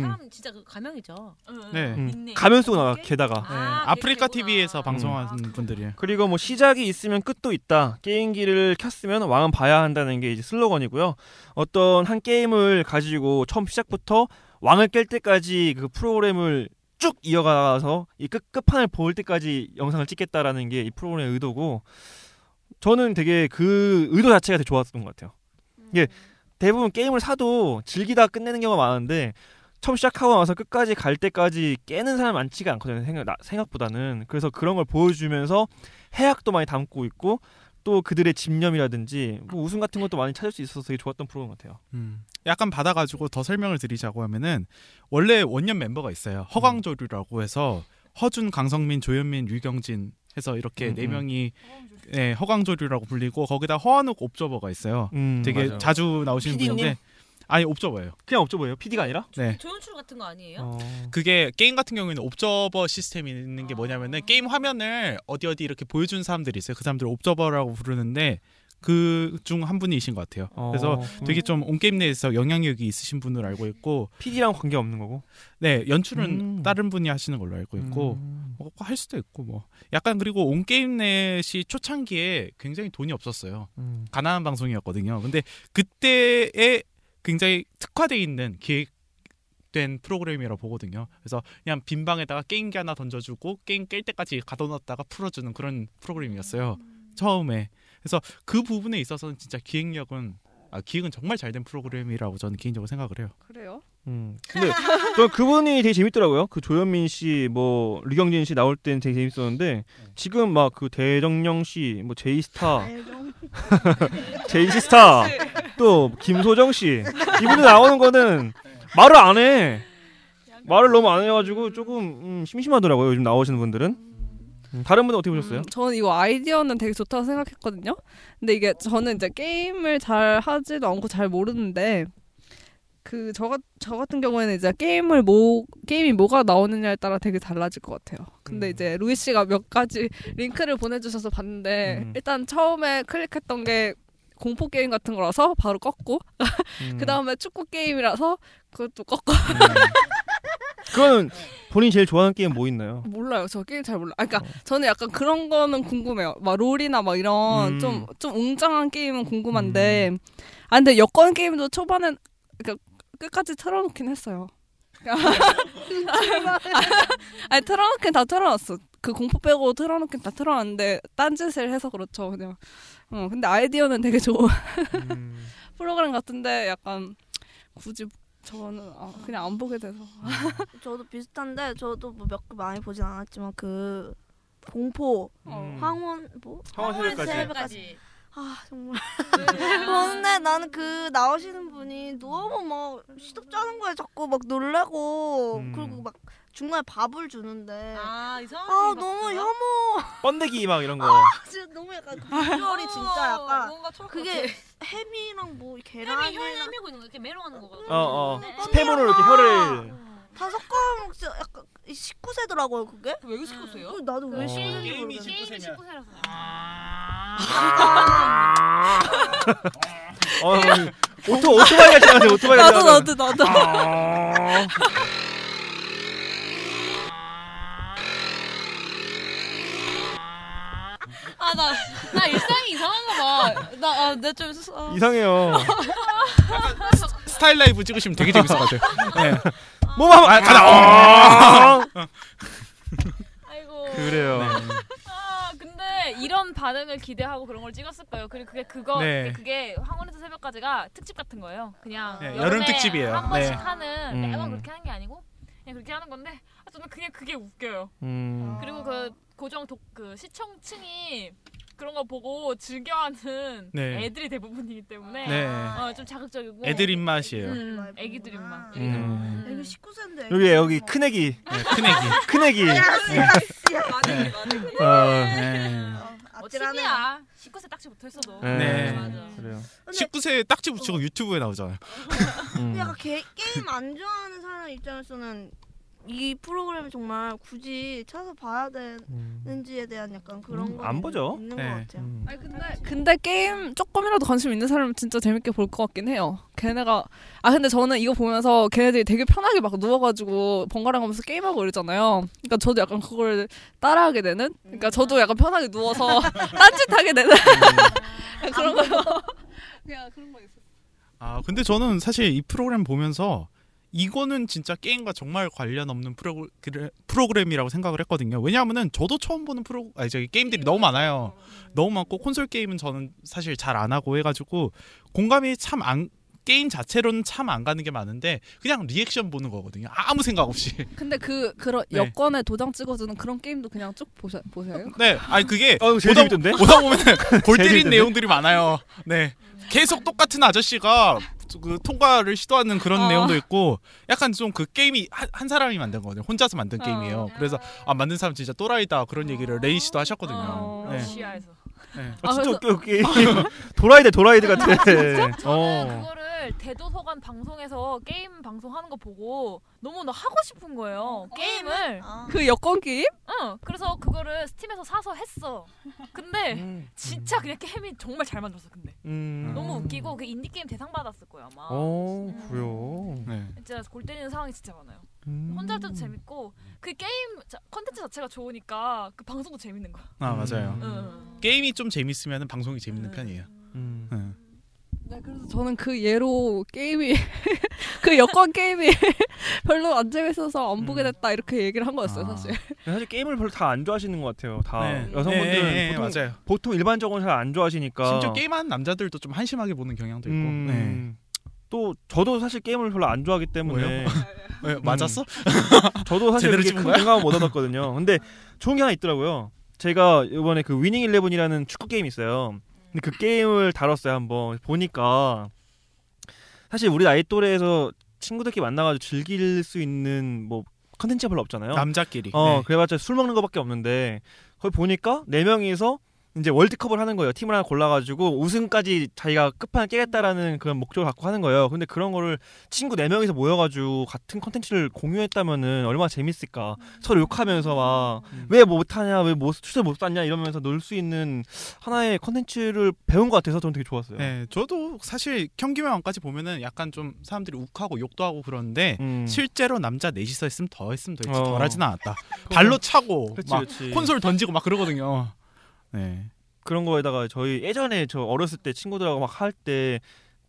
Speaker 7: 그 사람 진짜 그 가명이죠.
Speaker 8: 네.
Speaker 4: 음. 가면 쓰고 나와 게다가
Speaker 8: 아프리카 TV에서 방송하는 분들이에요.
Speaker 4: 그리고 뭐 시작이 있으면 끝도 있다. 게임기를 켰으면 왕은 봐야 한다는 게 이제 슬로건이고요. 어떤 한 게임을 가지고 처음 시작부터 왕을 깰 때까지 그 프로그램을 쭉 이어가서 이 끝, 끝판을 볼 때까지 영상을 찍겠다라는 게 이 프로그램의 의도고 저는 되게 그 의도 자체가 되게 좋았던 것 같아요. 이게 대부분 게임을 사도 즐기다 끝내는 경우가 많은데 처음 시작하고 나서 끝까지 갈 때까지 깨는 사람 많지가 않거든요 생각, 나- 생각보다는 그래서 그런 걸 보여주면서 해악도 많이 담고 있고 또 그들의 집념이라든지 뭐 웃음 같은 것도 많이 찾을 수 있어서 되게 좋았던 프로그램 같아요
Speaker 8: 음. 약간 받아가지고 더 설명을 드리자고 하면은 원래 원년 멤버가 있어요. 허광조류라고 해서 허준, 강성민, 조현민, 유경진 해서 이렇게
Speaker 4: 음,
Speaker 8: 네
Speaker 4: 음.
Speaker 8: 명이 네, 허광조류라고 불리고 거기다 허한욱 옵저버가 있어요.
Speaker 4: 음,
Speaker 8: 되게
Speaker 4: 맞아요.
Speaker 8: 자주 나오시는
Speaker 4: PD 님?
Speaker 8: 분인데 아니 옵저버예요.
Speaker 4: 그냥 옵저버예요. PD가 아니라?
Speaker 8: 네.
Speaker 7: 조연출 같은 거 아니에요?
Speaker 8: 그게 게임 같은 경우에는 옵저버 시스템이 있는 게 뭐냐면은 게임 화면을 어디 어디 이렇게 보여준 사람들이 있어요. 그 사람들을 옵저버라고 부르는데 그 중 한 분이신 것 같아요. 그래서
Speaker 4: 음.
Speaker 8: 되게 좀 온게임 내에서 영향력이 있으신 분으로 알고 있고
Speaker 4: PD랑 관계 없는 거고.
Speaker 8: 네, 연출은
Speaker 4: 음.
Speaker 8: 다른 분이 하시는 걸로 알고 있고 뭐할 수도 있고 뭐 약간 그리고 온게임 넷이 초창기에 굉장히 돈이 없었어요.
Speaker 4: 음.
Speaker 8: 가난한 방송이었거든요. 근데 그때에 굉장히 특화돼 있는 기획된 프로그램이라 고 보거든요. 그래서 그냥 빈 방에다가 게임기 하나 던져주고 게임 깰 때까지 가둬놨다가 풀어주는 그런 프로그램이었어요. 처음에 그래서 그 부분에 있어서는 진짜 기획력은 아, 기획은 정말 잘 된 프로그램이라고 저는 개인적으로 생각을 해요.
Speaker 6: 그래요?
Speaker 4: 음. 근데 또 그분이 되게 재밌더라고요. 그 조현민 씨, 뭐 류경진 씨 나올 때는 되게 재밌었는데 지금 막 그 대정령 씨, 뭐 제이스타, 제이스타, 또 김소정 씨 이분이 나오는 거는 말을 안 해. 말을 너무 안 해가지고 조금 음, 심심하더라고요. 요즘 나오시는 분들은. 음, 다른 분들 어떻게 보셨어요?
Speaker 6: 저는 이거 아이디어는 되게 좋다고 생각했거든요. 근데 이게 저는 이제 게임을 잘 하지도 않고 잘 모르는데 그저 저 같은 경우에는 이제 게임을 뭐 게임이 뭐가 나오느냐에 따라 되게 달라질 것 같아요.
Speaker 4: 음.
Speaker 6: 근데 이제 루이 씨가 몇 가지 링크를 보내주셔서 봤는데
Speaker 4: 음.
Speaker 6: 일단 처음에 클릭했던 게 공포 게임 같은 거라서 바로 껐고 그 다음에 축구 게임이라서 그것도 껐고
Speaker 4: 그건 본인이 제일 좋아하는 게임 뭐 있나요?
Speaker 6: 몰라요. 저 게임 잘 몰라. 아, 그러니까
Speaker 4: 어.
Speaker 6: 저는 약간 그런 거는 궁금해요. 막 롤이나 막 이런
Speaker 4: 음.
Speaker 6: 좀 좀 웅장한 게임은 궁금한데, 아 근데 여권 게임도 초반엔 그러니까 끝까지 틀어놓긴 했어요. 아니 틀어놓긴 다 틀어놨어. 그 공포 빼고 틀어놓긴 다 틀어놨는데 딴짓을 해서 그렇죠 그냥. 어 근데 아이디어는 되게 좋은
Speaker 4: 음.
Speaker 6: 프로그램 같은데 약간 굳이 저는 아, 그냥 안 보게 돼서.
Speaker 11: 저도 비슷한데 저도 뭐 몇 개 많이 보진 않았지만 그 공포
Speaker 4: 음,
Speaker 11: 황혼 뭐
Speaker 4: 황혼 새벽까지.
Speaker 11: 새벽까지. 아 정말
Speaker 7: 네. 아.
Speaker 11: 보는데 나는 그 나오시는 분이 너무 막 시덥지 않은 거에 자꾸 막 놀라고 그리고 막 중간에 밥을 주는데
Speaker 7: 아 이상한
Speaker 11: 아 너무 혐오
Speaker 4: 번데기 막 이런 거.
Speaker 11: 진짜 너무 약간 그 비주얼이 진짜 약간
Speaker 7: 뭔가 초록
Speaker 11: 그게
Speaker 7: 같아.
Speaker 11: 햄이랑 뭐
Speaker 7: 햄이
Speaker 11: 계란이랑
Speaker 7: 혀에 헤매고 있는 거 이렇게 매로하는 거가
Speaker 4: 어, 어.
Speaker 10: 네.
Speaker 4: 스팸으로 이렇게 혀를.
Speaker 11: 다 섞어먹 약간 19세더라고요 그게
Speaker 7: 왜 19세요?
Speaker 11: 나도 왜
Speaker 4: 어.
Speaker 11: 19세인지
Speaker 4: 게임이
Speaker 11: 모르겠어
Speaker 10: 19세라서
Speaker 4: 어, 오토 오토바이 같이 나가세요. 오토바이 같이
Speaker 6: 나도,
Speaker 4: 나가세요.
Speaker 6: 나도, 나도.
Speaker 4: 아.
Speaker 7: 아나 나 일상이 이상한가 봐나나좀 아,
Speaker 4: 이상해요.
Speaker 8: 스타일 라이브 찍으시면 되게 재밌어가지고. 네.
Speaker 4: 몸 한번
Speaker 8: 아, 가다.
Speaker 4: 아.
Speaker 10: 아이고.
Speaker 4: 그래요.
Speaker 10: 아, 근데 이런 반응을 기대하고 그런 걸 찍었을 거예요. 그리고 그게 그거
Speaker 8: 네.
Speaker 10: 그게 황혼에서 새벽까지가 특집 같은 거예요. 그냥
Speaker 8: 네,
Speaker 10: 여름에
Speaker 8: 여름 특집이에요.
Speaker 10: 한 번씩
Speaker 8: 네.
Speaker 10: 하는
Speaker 4: 음.
Speaker 10: 매번 그렇게 하는 게 아니고 그냥 그렇게 하는 건데 아, 저는 그냥 그게 웃겨요.
Speaker 4: 음.
Speaker 10: 그리고 그 고정 독 그 시청층이 그런 거 보고 즐겨하는
Speaker 8: 네.
Speaker 10: 애들이 대부분이기 때문에
Speaker 8: 네.
Speaker 10: 어, 좀 자극적이고
Speaker 8: 애들 입맛이에요.
Speaker 10: 음, 애기들 입맛.
Speaker 4: 음.
Speaker 11: 애기 19세인데
Speaker 4: 여기 여기 큰 애기.
Speaker 8: 네, 큰 애기.
Speaker 4: 큰 애기.
Speaker 10: 아,
Speaker 11: 맞네,
Speaker 10: 어, TV야. 19세 딱지 붙어있어도.
Speaker 8: 네.
Speaker 10: 맞아.
Speaker 4: 그래요.
Speaker 8: 19세 딱지 붙이고 유튜브에 나오잖아요.
Speaker 11: 근데
Speaker 4: 음.
Speaker 11: 약간 게, 임안 좋아하는 사람 입장에서는 이 프로그램 정말 굳이 찾아 봐야 되는지에 대한 약간 그런
Speaker 4: 음,
Speaker 11: 거
Speaker 4: 안 보죠.
Speaker 11: 있는
Speaker 4: 네.
Speaker 11: 것 같아요.
Speaker 4: 음.
Speaker 6: 근데 게임 조금이라도 관심 있는 사람은 진짜 재밌게 볼 것 같긴 해요. 걔네가 아 근데 저는 이거 보면서 걔네들이 되게 편하게 막 누워가지고 번갈아 가면서 게임하고 이러잖아요. 그러니까 저도 약간 그걸 따라하게 되는. 그러니까 저도 약간 편하게 누워서 딴짓하게 되는 그런 거요. 그냥 그런 거 있어.
Speaker 8: 아 근데 저는 사실 이 프로그램 보면서 이거는 진짜 게임과 정말 관련 없는 프로그램, 프로그램이라고 생각을 했거든요. 왜냐하면은 저도 처음 보는 프로 아니 저기 게임들이 너무 많아요. 너무 많고 콘솔 게임은 저는 사실 잘 안 하고 해가지고 공감이 참 안 게임 자체로는 참 안 가는 게 많은데 그냥 리액션 보는 거거든요. 아무 생각 없이.
Speaker 6: 근데 그 그런
Speaker 8: 네.
Speaker 6: 여권에 도장 찍어주는 그런 게임도 그냥 쭉 보셔, 보세요.
Speaker 8: 네, 아니 그게
Speaker 4: 어, 이거 제일
Speaker 8: 보다,
Speaker 4: 재밌던데?
Speaker 8: 보다 보면
Speaker 4: 제일
Speaker 8: 골 때린
Speaker 4: 재밌던데?
Speaker 8: 내용들이 많아요. 네, 계속 똑같은 아저씨가 그 통과를 시도하는 그런
Speaker 6: 어.
Speaker 8: 내용도 있고, 약간 좀 그 게임이 한, 한 사람이 만든 거거든요.
Speaker 6: 어.
Speaker 8: 혼자서 만든 게임이에요. 그래서 아 만든 사람 진짜 또라이다 그런 얘기를 레이 씨도 하셨거든요.
Speaker 6: 어.
Speaker 8: 네.
Speaker 10: 시야에서.
Speaker 8: 네.
Speaker 4: 아, 진짜 웃겨 웃기. 도라이드 도라이드 같아.
Speaker 8: 어.
Speaker 4: 어.
Speaker 10: 저는 그거를 대도서관 방송에서 게임 방송하는 거 보고 너무 너 하고 싶은
Speaker 8: 어,
Speaker 10: 거예요. 게임을.
Speaker 6: 그 여권 게임?
Speaker 10: 응. 그래서 그거를 스팀에서 사서 했어. 근데 진짜 그냥 게임이 정말 잘 만들었어. 근데
Speaker 4: 음.
Speaker 10: 너무 웃기고 그 인디 게임 대상 받았을 거예요 아마.
Speaker 4: 어 그래요.
Speaker 8: 네.
Speaker 10: 진짜 골 때리는 상황이 진짜 많아요.
Speaker 4: 음.
Speaker 10: 혼자 할 때도 재밌고 그 게임 자- 컨텐츠 자체가 좋으니까 그 방송도 재밌는 거야.
Speaker 8: 아
Speaker 4: 음.
Speaker 8: 맞아요.
Speaker 10: 응.
Speaker 8: 게임이 좀 재밌으면 방송이 재밌는 편이에요.
Speaker 4: 음.
Speaker 8: 네.
Speaker 6: 네, 그래서 저는 그 예로 게임이 그 여권 게임이 별로 안 재밌어서 안
Speaker 4: 음.
Speaker 6: 보게 됐다 이렇게 얘기를 한 거였어요
Speaker 8: 아.
Speaker 6: 사실.
Speaker 4: 사실 게임을 별로 다 안 좋아하시는 것 같아요. 다
Speaker 8: 네.
Speaker 4: 여성분들은
Speaker 8: 네, 네, 네,
Speaker 4: 보통,
Speaker 8: 맞아요.
Speaker 4: 보통 일반적으로 잘 안 좋아하시니까.
Speaker 8: 심지어 게임하는 남자들도 좀 한심하게 보는 경향도 있고. 네.
Speaker 4: 음. 또 저도 사실 게임을 별로 안 좋아하기 때문에
Speaker 8: 왜요? 네, 맞았어?
Speaker 4: 음. 저도 사실
Speaker 8: 제대로
Speaker 4: 그렇게
Speaker 8: 찍은
Speaker 4: 큰
Speaker 8: 거야?
Speaker 4: 공감을 못 얻었거든요. 근데 좋은 게 하나 있더라고요. 제가 이번에 그 위닝 일레븐이라는 축구 게임 있어요. 근데 그 게임을 다뤘어요 한번 보니까 사실 우리 나이 또래에서 친구들끼리 만나가지고 즐길 수 있는 뭐 컨텐츠가 별로 없잖아요.
Speaker 8: 남자끼리.
Speaker 4: 어,
Speaker 8: 네.
Speaker 4: 그래봤자 술 먹는 거밖에 없는데 거기 보니까 네 명이서 이제 월드컵을 하는 거예요. 팀을 하나 골라가지고 우승까지 자기가 끝판을 깨겠다라는 그런 목적을 갖고 하는 거예요. 근데 그런 거를 친구 네 명이서 모여가지고 같은 컨텐츠를 공유했다면은 얼마나 재밌을까. 서로 욕하면서 막
Speaker 8: 음.
Speaker 4: 왜 못하냐, 왜 못, 출세 못 쌌냐 이러면서 놀 수 있는 하나의 컨텐츠를 배운 것 같아서 저는 되게 좋았어요.
Speaker 8: 네, 저도 사실 경기명까지 보면은 약간 좀 사람들이 욱하고 욕도 하고 그러는데 실제로 남자 넷이서 했으면 더 했으면 더 했지
Speaker 4: 음. 어.
Speaker 8: 덜하진 않았다.
Speaker 4: 그거-
Speaker 8: 발로 차고
Speaker 4: 그치,
Speaker 8: 막
Speaker 4: 그치.
Speaker 8: 콘솔 던지고 막 그러거든요. 네.
Speaker 4: 그런 거에다가 저희 예전에 저 어렸을 때 친구들하고 막 할 때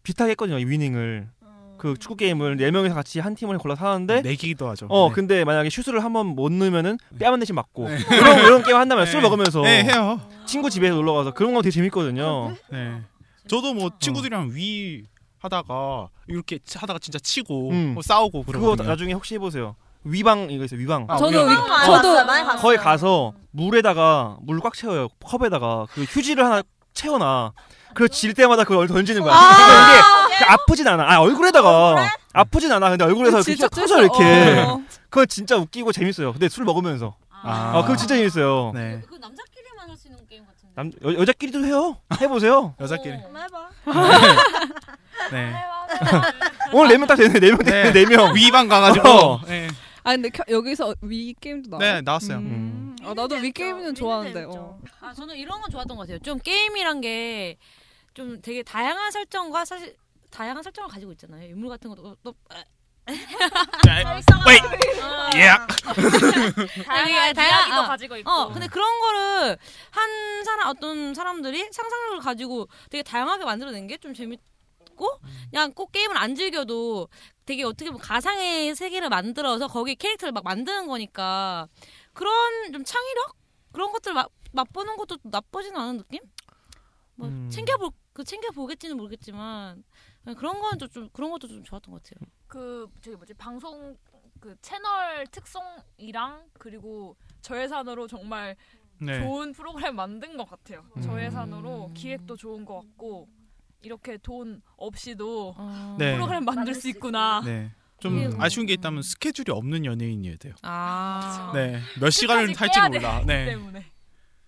Speaker 4: 비슷하게 했거든요. 이 위닝을. 그 축구 게임을 네 명이서 같이 한 팀을 골라서 하는데
Speaker 8: 내기기도 하죠.
Speaker 4: 어,
Speaker 8: 네.
Speaker 4: 근데 만약에 슛을 한 번 못 넣으면은 뺨한 대씩 맞고 이런 이런 게임 한다면 술
Speaker 8: 네.
Speaker 4: 먹으면서
Speaker 8: 네, 해요.
Speaker 4: 친구 집에 놀러 가서 그런 거 되게 재밌거든요.
Speaker 8: 네. 저도 뭐
Speaker 4: 어.
Speaker 8: 친구들이랑 위 하다가 이렇게 치- 하다가 진짜 치고
Speaker 4: 음.
Speaker 8: 뭐 싸우고
Speaker 4: 그거
Speaker 8: 그러거든요.
Speaker 4: 나중에 혹시 해보세요. 위방 이거 있어요. 위방.
Speaker 8: 아, 저도 위방. 위- 위방 많이 저도- 봤어요, 많이 봤어요.
Speaker 4: 거기 가서 물에다가 물 꽉 채워요. 컵에다가 그 휴지를 하나 채워놔. 그래서 질 때마다 그걸 던지는 거야. 근데 이게 아프진 않아. 아 얼굴에다가 아프진 않아. 근데 얼굴에서 이렇게
Speaker 8: 진짜
Speaker 4: 커서
Speaker 8: 찔-
Speaker 4: 이렇게.
Speaker 8: 어.
Speaker 4: 그거 진짜 웃기고 재밌어요. 근데 술 먹으면서. 아, 그거 진짜 재밌어요.
Speaker 8: 네.
Speaker 7: 그 남자끼리만 할 수 있는 게임 같은데. 어.
Speaker 4: 남 여, 여자끼리도 해요. 해보세요.
Speaker 8: 여자끼리.
Speaker 7: 해봐.
Speaker 10: 어.
Speaker 8: 네.
Speaker 4: 오늘 네명딱 되네. 네명 되네. 네 명.
Speaker 8: 위방 가가지고.
Speaker 4: 어.
Speaker 8: 네.
Speaker 6: 아 근데 켜- 여기서 위 게임도 나와.
Speaker 8: 네, 나왔어요.
Speaker 4: 음.
Speaker 6: 아 나도 위 게임은 좋아하는데. 어.
Speaker 7: 아 저는 이런 건 좋았던 것 같아요. 좀 게임이란 게 좀 되게 다양한 설정과 사실 다양한 설정을 가지고 있잖아요. 인물 같은 것도 어, 또
Speaker 8: wait.
Speaker 7: 아.
Speaker 8: 예.
Speaker 10: Yeah.
Speaker 7: 다양한-
Speaker 10: 다양한 이야기도 가지고 있고.
Speaker 7: 어, 근데 그런 거를 한 사람 어떤 사람들이 상상력을 가지고 되게 다양하게 만들어낸 게 좀 재밌고 그냥 꼭 게임을 안 즐겨도 되게 어떻게 보면 가상의 세계를 만들어서 거기 캐릭터를 막 만드는 거니까 그런 좀 창의력 그런 것들 막 맛보는 것도 나쁘진 않은 느낌? 뭐
Speaker 4: 음.
Speaker 7: 챙겨볼 그 챙겨보겠지는 모르겠지만 그냥 그런 건 좀 그런 것도 좀 좋았던 것 같아요.
Speaker 10: 그 저기 뭐지 방송 그 채널 특성이랑 그리고 저예산으로 정말
Speaker 7: 네.
Speaker 10: 좋은 프로그램 만든 것 같아요.
Speaker 8: 음.
Speaker 10: 저예산으로 기획도 좋은 것 같고 이렇게 돈 없이도
Speaker 7: 어.
Speaker 8: 네.
Speaker 10: 프로그램 만들 수 있구나.
Speaker 8: 네. 좀 아쉬운 게 있다면 스케줄이 없는 연예인이어야 돼요.
Speaker 7: 아.
Speaker 8: 네. 몇 시간을
Speaker 10: 끝까지
Speaker 8: 할지
Speaker 10: 깨야 뭐.
Speaker 8: 몰라.
Speaker 10: 되기
Speaker 8: 네.
Speaker 10: 때문에.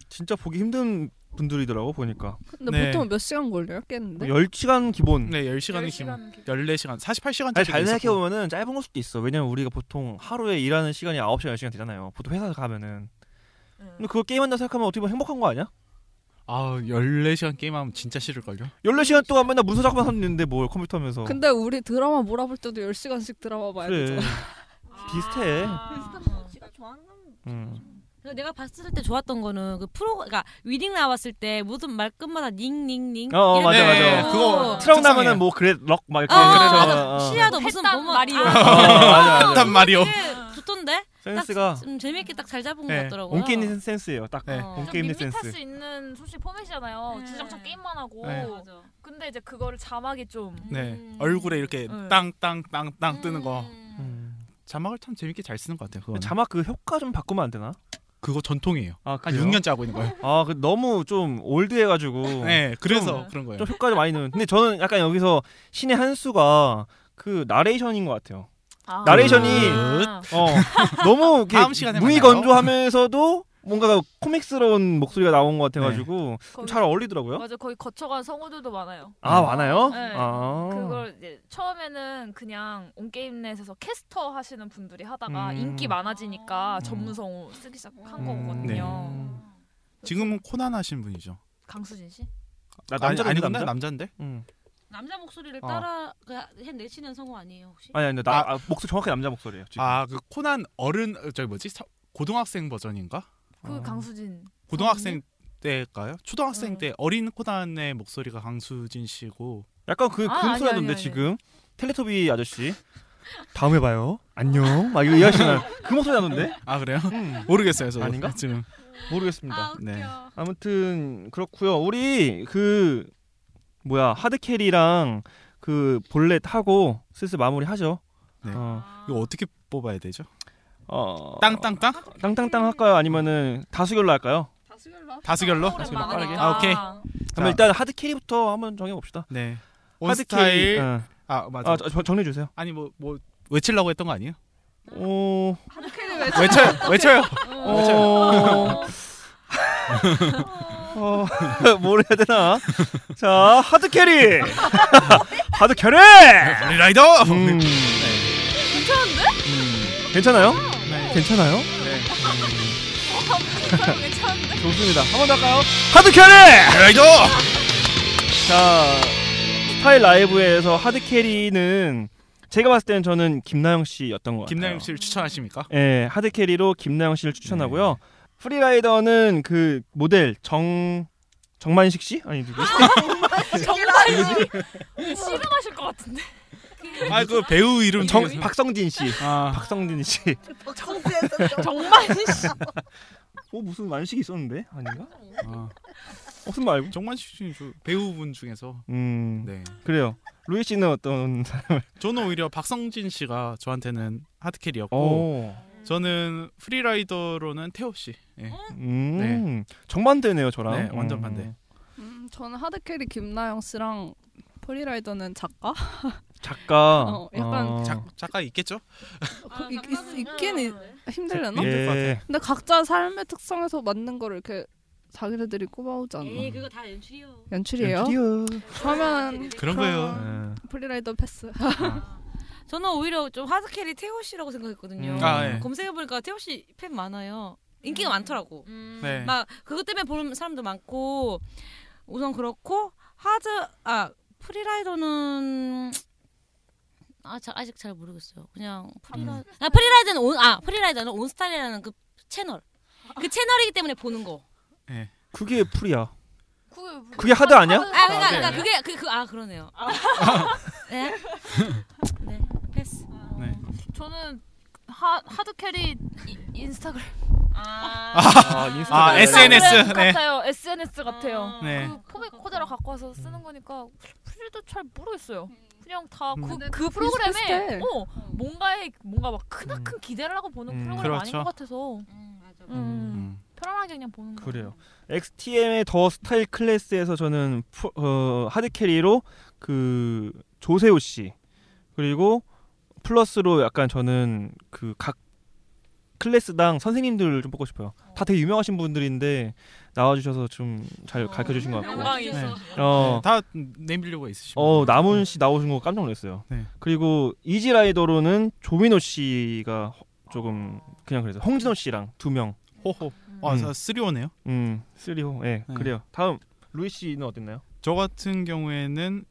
Speaker 4: 진짜 보기 힘든 분들이더라고 보니까.
Speaker 6: 근데 보통 몇 시간 걸려요?
Speaker 4: 네?
Speaker 6: 깼는데?
Speaker 4: 10시간 기본.
Speaker 8: 네, 10시간은 기본. 14시간, 48시간
Speaker 4: 아니, 잘 생각해 보면은 짧은 걸 수도 있어. 왜냐면 우리가 보통 하루에 일하는 시간이 9시간 10시간 되잖아요. 보통 회사 가면은. 근데 그거 게임한다 생각하면 어떻게 보면 행복한 거 아니야?
Speaker 8: 아, 14시간 게임하면 진짜 싫을 걸요.
Speaker 4: 14시간 동안 맨날 문서 작업만 하는데 뭘 컴퓨터 하면서.
Speaker 6: 근데 우리 드라마 몰아볼 때도 10시간씩 드라마 봐야
Speaker 4: 그래.
Speaker 6: 되잖아.
Speaker 4: 비슷해.
Speaker 10: 어.
Speaker 11: 좋아하는 건
Speaker 4: 음.
Speaker 7: 그래서 내가 봤을 때 좋았던 거는 그 프로 그러니까 위딩 나왔을 때 모든 말끝마다 닝닝닝
Speaker 4: 어, 어 맞아 맞아.
Speaker 7: 그거
Speaker 4: 트럭 나면은 뭐 그래 럭막 이렇게
Speaker 7: 어,
Speaker 4: 그래서, 어, 어.
Speaker 7: 시야도 무슨
Speaker 10: 햇담
Speaker 7: 뭐뭐-
Speaker 10: 마리오.
Speaker 7: 아,
Speaker 4: 맞아, 맞아.
Speaker 8: 햇담 마리오.
Speaker 7: 되게 좋던데
Speaker 4: 센스가-
Speaker 7: 딱, 좀 재밌게 딱 잘 잡은 것
Speaker 4: 네.
Speaker 7: 같더라고요
Speaker 4: 온게 있는 센스예요. 딱 온게 있는
Speaker 10: 밋밋할
Speaker 4: 센스.
Speaker 10: 수 있는 솔직히 포맷이잖아요. 주장창 게임만 하고.
Speaker 8: 네.
Speaker 10: 근데 이제 그거를 자막이 좀
Speaker 8: 네. 얼굴에 이렇게 땅땅땅땅 뜨는 거.
Speaker 4: 음.
Speaker 8: 자막을 참 재밌게 잘 쓰는 것 같아요. 그거.
Speaker 4: 자막 그 효과 좀 바꾸면 안 되나?
Speaker 8: 그거 전통이에요.
Speaker 4: 아,
Speaker 8: 한
Speaker 4: 그래요?
Speaker 8: 6년째 하고 있는 거예요.
Speaker 4: 아, 그 너무 좀 올드해가지고.
Speaker 8: 네, 그래서
Speaker 4: 좀-
Speaker 8: 그런 거예요.
Speaker 4: 어. 좀 효과를 많이 넣는. 근데 저는 약간 여기서 신의 한 수가 그 나레이션인 것 같아요.
Speaker 10: 아.
Speaker 4: 나레이션이 어 너무 이렇게
Speaker 8: 다음 시간에
Speaker 4: 무의건조하면서도 뭔가 코믹스러운 목소리가 나온 것
Speaker 8: 네.
Speaker 4: 같아가지고 좀
Speaker 10: 거기-
Speaker 4: 잘 어울리더라고요.
Speaker 10: 맞아 거기 거쳐간 성우들도 많아요.
Speaker 4: 아, 많아요?
Speaker 10: 네.
Speaker 4: 아.
Speaker 10: 그걸 이제 처음에는 그냥 온게임넷에서 캐스터 하시는 분들이 하다가
Speaker 8: 음.
Speaker 10: 인기 많아지니까 전문 성우 쓰기
Speaker 4: 음.
Speaker 10: 시작한 거거든요.
Speaker 4: 네.
Speaker 8: 네. 지금은 코난 하신 분이죠.
Speaker 10: 강수진 씨?
Speaker 4: 나 남자던데,
Speaker 8: 아니, 아니,
Speaker 4: 남자?
Speaker 8: 남자인데?
Speaker 7: 남자 목소리를
Speaker 8: 어.
Speaker 7: 따라 그 해내시는 성우 아니에요 혹시?
Speaker 4: 아니 아니 나 아, 목소리 정확히 남자 목소리예요. 지금.
Speaker 8: 아, 그 코난 어른 어, 저기 뭐지? 서- 고등학생 버전인가?
Speaker 10: 그 강수진
Speaker 4: 음.
Speaker 8: 고등학생 때일까요? 초등학생 때 어린 코난의 목소리가 강수진 씨고
Speaker 4: 약간 그
Speaker 10: 아,
Speaker 4: 그런
Speaker 10: 아니,
Speaker 4: 소리
Speaker 10: 아니,
Speaker 4: 나던데
Speaker 10: 아니.
Speaker 4: 지금 텔레토비 아저씨 다음에 봐요. 안녕. 막 이거 이하시나 그 목소리
Speaker 10: 네.
Speaker 4: 나던데?
Speaker 8: 아 그래요? 모르겠어요. 저도.
Speaker 4: 음. 아닌가?
Speaker 8: 지금
Speaker 4: 모르겠습니다. 아,
Speaker 8: 네.
Speaker 4: 아무튼 그렇고요. 우리 그 뭐야 하드캐리랑 그 볼렛 하고 슬슬 마무리하죠.
Speaker 8: 네.
Speaker 4: 이거
Speaker 8: 어떻게 뽑아야 되죠?
Speaker 4: 어
Speaker 8: 땅땅땅?
Speaker 4: 땅땅땅 할까요? 아니면은 다수결로 할까요? 아.
Speaker 8: 다수결로?
Speaker 4: 다수결로 빠르게.
Speaker 8: 아, 오케이.
Speaker 4: 그러면 일단 하드캐리부터 한번 정해봅시다.
Speaker 8: 네.
Speaker 4: 하드캐리,
Speaker 8: 온스타일
Speaker 4: 어.
Speaker 8: 아 맞아.
Speaker 4: 아, 저- 저- 정리해 주세요.
Speaker 8: 아니 뭐 뭐 외치려고 했던 거 아니에요?
Speaker 4: 오.
Speaker 8: 외쳐요. 외쳐요.
Speaker 4: 어.
Speaker 8: 외쳐요.
Speaker 4: 어, 뭘 해야 되나? 자, 하드 캐리. 하드 캐리.
Speaker 8: 네.
Speaker 4: 음,
Speaker 8: 블리라이더.
Speaker 10: 괜찮은데?
Speaker 8: 음.
Speaker 4: 괜찮아요? 괜찮아요?
Speaker 10: 음. 괜찮은데?
Speaker 4: 네. 좋습니다. 한 번 더 할까요? 하드 캐리.
Speaker 8: 블리라이더.
Speaker 4: 자, 스타일 라이브에서 하드 캐리는 제가 봤을 때는 저는 김나영 씨였던 것 같아요.
Speaker 8: 김나영 씨를 추천하십니까?
Speaker 4: 예, 하드 캐리로 김나영 씨를 추천하고요. 프리라이더는 그 모델 정 정만식 씨? 아니 누구지?
Speaker 10: 정말 실험하실 것 같은데.
Speaker 8: 아 그 배우 이름
Speaker 4: 정
Speaker 10: 그러니까.
Speaker 8: 중에서.
Speaker 4: 박성진 씨.
Speaker 8: 아.
Speaker 4: 박성진 씨.
Speaker 7: 어,
Speaker 10: 정말 씨.
Speaker 4: 어 무슨 만식이 있었는데 아닌가?
Speaker 8: 아.
Speaker 4: 어, 무슨 말고?
Speaker 8: 정만식 씨는 저 배우분 중에서
Speaker 4: 음.
Speaker 8: 네.
Speaker 4: 그래요. 루이 씨는 어떤 사람을?
Speaker 8: 저는 오히려 박성진 씨가 저한테는 하드캐리였고
Speaker 4: 오.
Speaker 8: 저는 프리라이더로는 태호 씨. 예.
Speaker 7: 어?
Speaker 4: 음. 정반대네요, 저랑.
Speaker 8: 네, 완전
Speaker 4: 음.
Speaker 8: 반대.
Speaker 6: 음, 저는 하드캐리 김나영 씨랑 프리라이더는 작가?
Speaker 4: 작가.
Speaker 6: 어, 약간
Speaker 4: 아.
Speaker 8: 작, 작가 있겠죠?
Speaker 7: 아,
Speaker 6: 그 있, 있, 있긴 있-
Speaker 7: 네.
Speaker 6: 힘들려나?
Speaker 8: 힘들 것
Speaker 4: 예.
Speaker 8: 같아.
Speaker 6: 근데 각자 삶의 특성에서 맞는 거를 이렇게 자기네들이 꼽아오지 않나?
Speaker 7: 에이 그거 다 연출이요.
Speaker 6: 연출이에요? 그러면
Speaker 7: 네,
Speaker 8: 그런 거예요.
Speaker 4: 네.
Speaker 6: 프리라이더 패스.
Speaker 7: 저는 오히려 좀 하드캐리 태호 씨라고 생각했거든요.
Speaker 8: 음. 아, 예.
Speaker 4: 네.
Speaker 7: 검색해보니까 태호 씨 팬 많아요. 인기가 많더라고.
Speaker 10: 음.
Speaker 8: 네.
Speaker 7: 막 그것 때문에 보는 사람도 많고 우선 그렇고 하드 아 프리라이더는 아, 자, 아직 잘 모르겠어요. 그냥 프리라 아 프리라이더는 온, 아 프리라이더는 온스타일이라는 그 채널 그 채널이기 때문에 보는 거.
Speaker 4: 그게 풀이야. 그게 하드 아니야?
Speaker 7: 아 그러니까,
Speaker 10: 네.
Speaker 7: 그러니까 그게 그그아 그러네요. 네. 네 패스.
Speaker 8: 네.
Speaker 10: 저는 하, 하드캐리 이- 인스타그램. 아,
Speaker 4: 아, 인스타그램.
Speaker 8: 아, SNS. 네.
Speaker 10: 같아요. SNS 같아요.
Speaker 8: 네.
Speaker 10: 그 포맷 코드를 갖고 와서 쓰는 거니까 프리도 잘 모르겠어요. 그냥
Speaker 8: 음.
Speaker 10: 다그
Speaker 6: 근데
Speaker 10: 그
Speaker 6: 다
Speaker 10: 프로그램에
Speaker 6: 비슷비슷해.
Speaker 4: 음.
Speaker 10: 어 뭔가에 뭔가 막 크나큰 기대를 하고 보는 프로그램 아닌
Speaker 4: 그렇죠.
Speaker 10: 것 같아서 음,
Speaker 7: 그
Speaker 10: 편안하게 그냥 보는 거.
Speaker 4: 그래요. XTM의 더 스타일 클래스에서 저는 푸- 어, 하드 캐리로 그 조세호 씨 그리고 플러스로 약간 저는 그 각 클래스당 선생님들을 좀 뽑고 싶어요. 다 되게 유명하신 분들인데 나와주셔서 좀 잘 가르쳐 주신 것 같고.
Speaker 8: 아. 영광이죠.
Speaker 4: 어.
Speaker 8: 네. 다 내밀려고 있으시고.
Speaker 4: 어 남훈 씨 나오신 거 깜짝 놀랐어요.
Speaker 8: 네.
Speaker 4: 그리고 이지라이더로는 조민호 씨가 허- 조금 그냥 그래서 홍진호 씨랑 두 명.
Speaker 8: 호호. 아,
Speaker 4: 음.
Speaker 8: 저 쓰리오네요.
Speaker 4: 음 쓰리호. 예
Speaker 8: 네.
Speaker 4: 그래요. 다음 루이 씨는 어땠나요?
Speaker 8: 저 같은 경우에는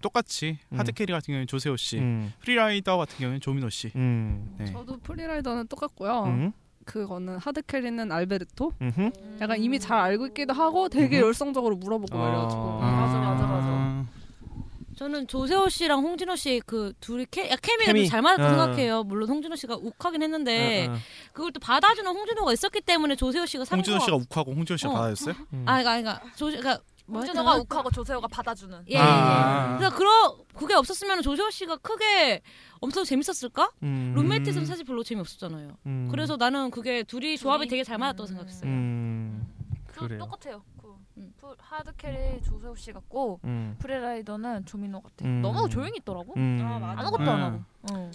Speaker 8: 똑같이
Speaker 4: 음.
Speaker 8: 하드캐리 같은 경우에는 조세호 씨,
Speaker 4: 음.
Speaker 8: 프리라이더 같은 경우에는 조민호 씨.
Speaker 4: 음.
Speaker 8: 네.
Speaker 6: 저도 프리라이더는
Speaker 7: 어.
Speaker 6: 똑같고요.
Speaker 4: 음.
Speaker 6: 그거는 하드캐리는 알베르토.
Speaker 4: 음흠.
Speaker 6: 약간 이미 잘 알고 있기도 하고 되게 열성적으로 물어보고 막 이래가지고
Speaker 7: 맞아 맞아
Speaker 8: 맞아.
Speaker 7: 저는 조세호 씨랑 홍진호 씨 그 둘이 케, 야, 케미가
Speaker 4: 케미.
Speaker 7: 좀 잘 맞았다
Speaker 4: 어.
Speaker 7: 생각해요. 물론 홍진호 씨가 욱하긴 했는데
Speaker 4: 어, 어.
Speaker 7: 그걸 또 받아주는 홍진호가 있었기 때문에 조세호 씨가 사는
Speaker 8: 홍진호
Speaker 7: 거
Speaker 8: 씨가 욱하고 홍진호 씨가
Speaker 7: 어.
Speaker 8: 받아줬어요?
Speaker 4: 음,
Speaker 7: 아, 그러니까, 그러니까 조세, 그러니까
Speaker 10: 홍진호가 욱하고 조세호가 받아주는.
Speaker 7: 예, 예, 예.
Speaker 8: 아.
Speaker 7: 그래서 그러 그게 없었으면 조세호 씨가 크게 엄청 재밌었을까?
Speaker 4: 음.
Speaker 7: 룸메트는 사실 별로 재미없었잖아요.
Speaker 4: 음.
Speaker 7: 그래서 나는 그게 둘이 조합이 되게 잘 맞았다고 생각했어요.
Speaker 4: 음.
Speaker 10: 저
Speaker 4: 그래요.
Speaker 10: 똑같아요. 그 프- 하드캐리 조세호 씨 같고
Speaker 4: 음.
Speaker 10: 프리라이더는 조민호 같아요.
Speaker 4: 음.
Speaker 10: 너무 조용히 있더라고.
Speaker 4: 음. 아, 맞아.
Speaker 10: 아무것도 안 하고. 어.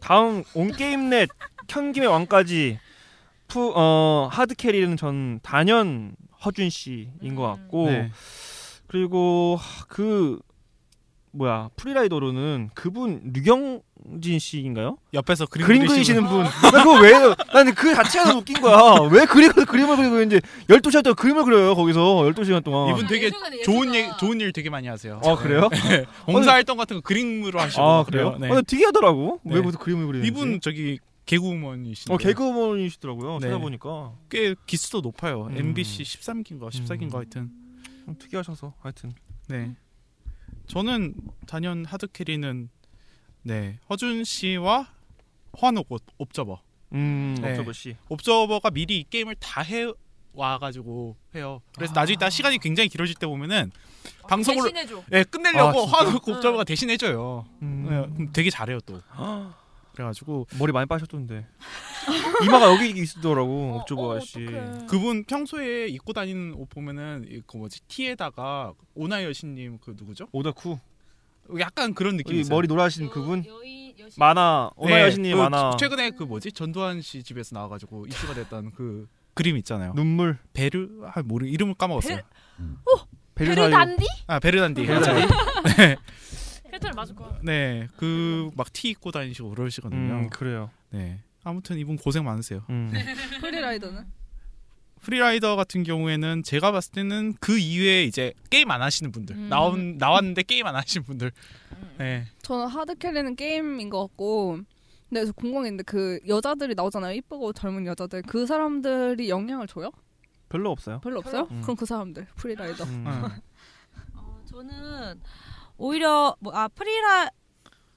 Speaker 4: 다음 온게임넷 현김의 왕까지 푸, 어, 하드 캐리는 전 단연 허준 씨인
Speaker 7: 음.
Speaker 4: 것 같고
Speaker 8: 네.
Speaker 4: 그리고 하, 그 뭐야 프리라이더로는 그분 류경진 씨인가요?
Speaker 8: 옆에서 그림,
Speaker 4: 그림 그리시는 분. 나 그거 왜? 나는 그 자체가 너무 웃긴 거야. 왜 그림 그림을 그리고 이제 1 2 시간 동안 그림을 그려요 거기서 1 2 시간 동안.
Speaker 8: 이분 되게 좋은 일 좋은 일 되게 많이 하세요.
Speaker 4: 어. 아, 그래요?
Speaker 8: 네. 봉사 활동 같은 거 그림으로 하시고
Speaker 4: 아
Speaker 8: 막 그래요.
Speaker 4: 그래요?
Speaker 8: 네.
Speaker 4: 어, 특이하더라고.
Speaker 8: 네.
Speaker 4: 왜 무슨 그림을 그리는지.
Speaker 8: 이분 저기 개그우먼이신데.
Speaker 4: 어 개그우먼이시더라고요.
Speaker 8: 네.
Speaker 4: 찾아보니까
Speaker 8: 꽤 기수도 높아요.
Speaker 4: 음.
Speaker 8: MBC 13기인가 14기인가 하여튼.
Speaker 4: 좀 특이하셔서 하여튼.
Speaker 8: 네. 저는 단연 하드캐리는 네 허준 씨와 허한옥 옵- 옵저버.
Speaker 4: 음
Speaker 8: 네.
Speaker 4: 옥저버 씨.
Speaker 8: 옵저버가 미리 이 게임을 다 해 와가지고 해요. 그래서 나중에 딱 시간이 굉장히 길어질 때 보면은 방송으로
Speaker 10: 아. 대신해줘.
Speaker 8: 예
Speaker 4: 아,
Speaker 8: 끝내려고
Speaker 4: 진짜?
Speaker 8: 화놓고 옵저버가 대신해줘요.
Speaker 4: 음.
Speaker 8: 예, 그럼 되게 잘해요 또. 그래가지고
Speaker 4: 머리 많이 빠셨던데 이마가 여기 있더라고 옥저버 씨.
Speaker 8: 그분 평소에 입고 다니는 옷 보면은 이그 뭐지 티에다가 오나 여신님 그 누구죠?
Speaker 4: 오다쿠.
Speaker 8: 약간 그런 느낌이
Speaker 4: 이
Speaker 8: 있어요.
Speaker 4: 머리 노라신 그분? 만화 오나 여신님
Speaker 8: 그
Speaker 4: 만화
Speaker 8: 최근에 그 뭐지 전두환 씨 집에서 나와가지고 이슈가 됐던 그 그림 있잖아요.
Speaker 4: 눈물
Speaker 8: 베르 아 모르 이름을 까먹었어요.
Speaker 10: 베르- 베르 단디?
Speaker 8: 아 베르단디.
Speaker 10: 베르
Speaker 8: 맞아요.
Speaker 10: 단디.
Speaker 8: 네.
Speaker 10: 캐릭터를 맞을 거야.
Speaker 8: 네, 그 막 티 입고 다니시고 그러시거든요. 음.
Speaker 4: 음, 그래요. 네.
Speaker 8: 네, 아무튼 이분 고생 많으세요.
Speaker 6: 프리라이더는?
Speaker 8: 프리라이더 같은 경우에는 제가 봤을 때는 그 이외에 이제 게임 안 하시는 분들 나온 나왔는데 게임 안 하시는 분들. 네,
Speaker 6: 저는 하드캐리는 게임인 것 같고 근데 저 궁금한 게 있는데 그 여자들이 나오잖아요 이쁘고 젊은 여자들 그 사람들이 영향을 줘요?
Speaker 4: 별로 없어요.
Speaker 6: 별로 없어요?
Speaker 4: 음.
Speaker 6: 그럼 그 사람들 프리라이더
Speaker 8: 어. 음.
Speaker 7: 어, 저는 오히려 뭐 아 프리라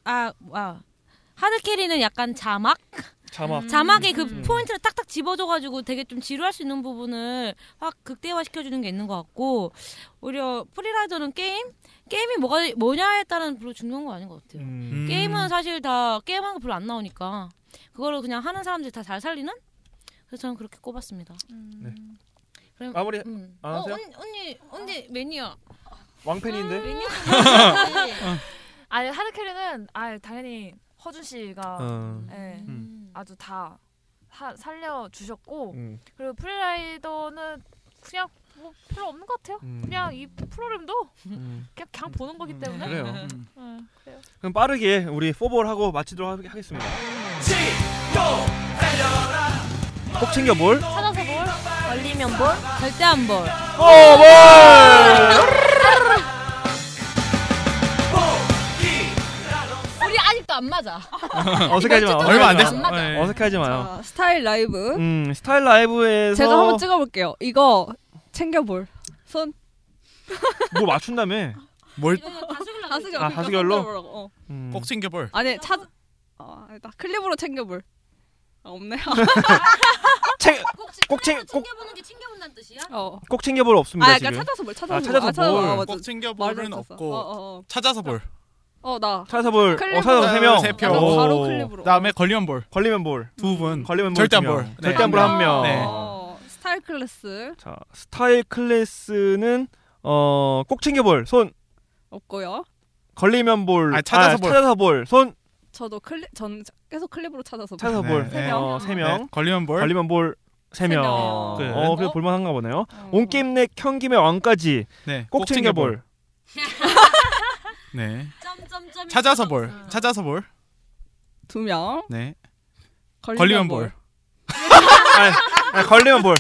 Speaker 7: 아, 아 하드캐리는 약간 자막
Speaker 4: 자막.
Speaker 7: 자막의 그
Speaker 4: 음.
Speaker 7: 포인트를 딱딱 집어줘가지고 되게 좀 지루할 수 있는 부분을 확 극대화 시켜주는 게 있는 것 같고 오히려 프리라이더는 게임 게임이 뭐가 뭐냐에 따른 별로 중요한 거 아닌 것 같아요.
Speaker 4: 음.
Speaker 7: 게임은 사실 다 게임하는 거 별로 안 나오니까 그거를 그냥 하는 사람들이 다 잘 살리는 그래서 저는 그렇게 꼽았습니다.
Speaker 10: 음.
Speaker 4: 네.
Speaker 7: 그럼-
Speaker 4: 마무리
Speaker 7: 음.
Speaker 4: 안
Speaker 7: 어,
Speaker 4: 아, 네. 하세요?
Speaker 7: 언- 언니 언니 매니아
Speaker 4: 왕팬인데.
Speaker 10: 아니 하드캐리는 아 당연히 허준 씨가
Speaker 4: 어.
Speaker 8: 음.
Speaker 7: 네.
Speaker 10: 예,
Speaker 4: 음.
Speaker 10: 아주 다 살려 주셨고
Speaker 4: 음.
Speaker 10: 그리고 프리라이더는 그냥 뭐 필요 없는 것 같아요.
Speaker 4: 음.
Speaker 10: 그냥 이 프로그램도
Speaker 4: 음.
Speaker 10: 그냥, 그냥 보는 거기 때문에
Speaker 4: 그래요.
Speaker 10: 예, 그래요.
Speaker 4: 그럼 빠르게 우리 포볼 하고 마치도록 하- 하겠습니다. 꼭 챙겨 볼.
Speaker 10: 찾아서 볼
Speaker 11: 걸리면 볼
Speaker 7: 절대 안 볼.
Speaker 4: 어,
Speaker 7: 우리 아직도 안 맞아.
Speaker 4: 어색하지 마.
Speaker 8: 얼마 안
Speaker 4: 어색하지 마.
Speaker 8: 됐어. 네.
Speaker 4: 어색하지 마요.
Speaker 6: 아, 스타일 라이브
Speaker 4: 음, 스타일 라이브에서
Speaker 6: 제가 한번 찍어볼게요 이거 챙겨볼 손
Speaker 4: 뭐 맞춘다며.
Speaker 6: 음.
Speaker 8: 뭘
Speaker 6: 다수결
Speaker 4: 아, 다수결로?
Speaker 6: 챙겨보라고, 어.
Speaker 4: 음.
Speaker 8: 꼭 챙겨볼.
Speaker 6: 아니 찾 어, 아니다. 클립으로 챙겨볼 아, 없네
Speaker 4: 꼭 챙, 꼭,
Speaker 7: 챙겨보는 게 챙겨본다는 뜻이야?
Speaker 6: 어.
Speaker 4: 꼭 챙겨볼 없습니다.
Speaker 6: 아, 그러니까
Speaker 4: 지금.
Speaker 6: 찾아서 뭘, 찾아서
Speaker 4: 아,
Speaker 6: 뭘.
Speaker 4: 찾아서
Speaker 6: 아, 찾아서
Speaker 4: 뭘.
Speaker 6: 아, 맞아.
Speaker 8: 꼭 챙겨볼은
Speaker 6: 말을 했었어.
Speaker 8: 없고
Speaker 6: 어, 어, 어.
Speaker 8: 찾아서 볼.
Speaker 6: 어, 나.
Speaker 4: 찾아서 볼.
Speaker 6: 클립으로.
Speaker 4: 어, 찾아서 세 명.
Speaker 8: 세 표.
Speaker 6: 아, 바로 클립으로.
Speaker 8: 그 다음에 걸리면 볼.
Speaker 4: 걸리면 볼.
Speaker 8: 두 분.
Speaker 4: 걸리면 볼.
Speaker 8: 절대 안
Speaker 4: 두 명.
Speaker 8: 볼. 네.
Speaker 4: 절대 안 볼 한
Speaker 8: 한
Speaker 4: 명.
Speaker 8: 명. 네.
Speaker 6: 어, 스타일 클래스
Speaker 4: 자, 스타일 클래스는 어, 꼭 챙겨 볼. 손.
Speaker 6: 없고요.
Speaker 4: 걸리면 볼.
Speaker 8: 아, 찾아서 볼.
Speaker 4: 찾아서 볼. 손.
Speaker 6: 저도 클립 전 계속 클립으로 찾아서 볼.
Speaker 4: 찾아서 볼. 어, 세 명.
Speaker 8: 네. 걸리면 볼.
Speaker 4: 걸리면 볼. 세 명.
Speaker 6: 명. 음.
Speaker 8: 끝.
Speaker 4: 어, 그래 볼만한가 보네요. 온 게임 내 경김의 왕까지
Speaker 8: 네,
Speaker 4: 꼭
Speaker 8: 꼭
Speaker 4: 챙겨
Speaker 8: 챙겨
Speaker 4: 볼.
Speaker 8: 네.
Speaker 7: 점점점 음.
Speaker 8: 찾아서 볼.
Speaker 6: 음.
Speaker 8: 찾아서 볼.
Speaker 6: 두 명.
Speaker 8: 네.
Speaker 6: 걸리면,
Speaker 8: 걸리면
Speaker 6: 볼.
Speaker 8: 볼.
Speaker 4: 아, 걸리면 볼.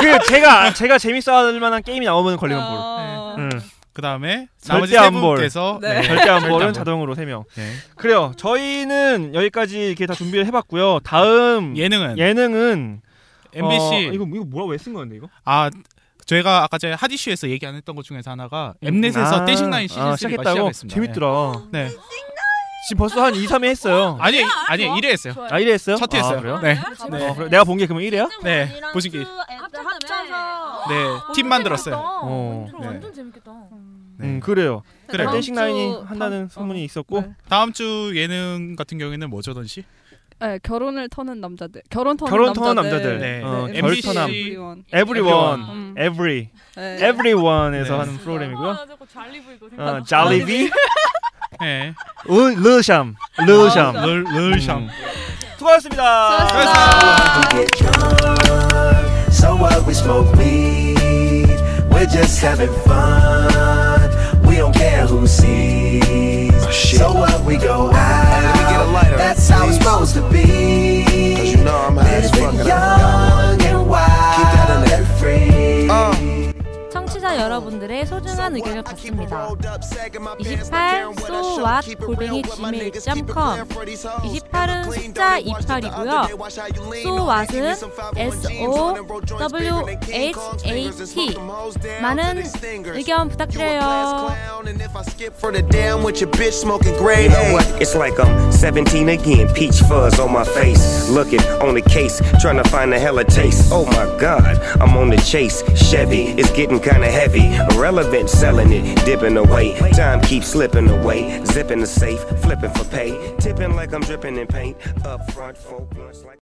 Speaker 4: 그 제가 제가 재밌어 할 만한 게임이 나오면 걸리면 볼.
Speaker 6: 어,
Speaker 4: 응.
Speaker 8: 그다음에 나머지
Speaker 4: 절대
Speaker 8: 세
Speaker 4: 안 볼.
Speaker 8: 분께서
Speaker 4: 네. 절대 안 볼은
Speaker 8: 볼.
Speaker 4: 자동으로 세 명.
Speaker 8: 네.
Speaker 4: 그래요. 저희는 여기까지 이렇게 다 준비를 해봤고요. 다음
Speaker 8: 예능은
Speaker 4: 예능은
Speaker 8: MBC.
Speaker 4: 어, 이거 이거 뭐라고 왜 쓴 건데 이거?
Speaker 8: 아 저희가 아까 전에 핫이슈에서 얘기 안 했던 것 중에서 하나가 엠넷에서
Speaker 4: 아,
Speaker 8: 떼싱나인 시즌
Speaker 4: 아,
Speaker 8: 3가
Speaker 4: 시작했다고?
Speaker 8: 시작했습니다.
Speaker 4: 재밌더라.
Speaker 8: 네. 네.
Speaker 4: 지금 벌써 한 2, 3회 했어요.
Speaker 8: 아니 아니 1회 했어요.
Speaker 4: 아, 1회 했어요?
Speaker 8: 첫
Speaker 4: 아,
Speaker 8: 했어요.
Speaker 4: 그래요?
Speaker 8: 네.
Speaker 4: 어, 그래. 내가 본 게 그러면 1회야?
Speaker 8: 네. 보신 게
Speaker 10: 합쳐서
Speaker 8: 네. 팀 만들었어요.
Speaker 4: 어.
Speaker 10: 그럼
Speaker 8: 네.
Speaker 10: 완전 재밌겠다.
Speaker 4: 음, 그래요.
Speaker 8: 그래요.
Speaker 4: 그래. 댄싱 라인이
Speaker 6: 다음 주-
Speaker 4: 한다는 소문이 있었고
Speaker 8: 다음 주 예능 같은 경우에는 뭐죠던시?
Speaker 6: 네, 결혼을 터는 남자들. 결혼 터는
Speaker 4: 결혼 터는 남자들.
Speaker 6: 남자들.
Speaker 8: 네.
Speaker 4: 어,
Speaker 8: 네.
Speaker 4: 결
Speaker 8: MBC.
Speaker 4: 터남
Speaker 6: 에브리원.
Speaker 4: everyone,
Speaker 6: 음.
Speaker 4: every,
Speaker 6: 네.
Speaker 4: everyone에서
Speaker 8: 네.
Speaker 4: 하는 프로그램이고요.
Speaker 10: 자꾸 잘리고 이거
Speaker 4: 어,
Speaker 10: 생각.
Speaker 4: 잘리비,
Speaker 8: 네.
Speaker 4: 르샴, 르샴.
Speaker 8: 늘 늘샴.
Speaker 4: 수고하셨습니다.
Speaker 2: get drunk. So what? We smoke weed. We're just having fun. We don't care who sees. So what? We go out. Let me get a lighter. That's how it's supposed to be. Cause you know I'm high as fuck. Young and wild. Keep that in and free.
Speaker 7: 음. 청취자 여러분들의 소중한 의견을 받습니다. 28 so what 골뱅이 gmail.com 28은 숫자 28이고요. so what은 s o w h a t 많은 의견 부탁드려요.
Speaker 12: For the damn with your bitch smoking gray. You know what? It's like I'm 17 again. Peach fuzz on my face. Looking on the case, trying to find a hella taste. Oh my god, I'm on the chase. Chevy, it's getting kinda heavy. Irrelevant, selling it, dipping away. Time keeps slipping away. Zipping the safe, flipping for pay. Tipping like I'm dripping in paint. Up front, folk blunts like.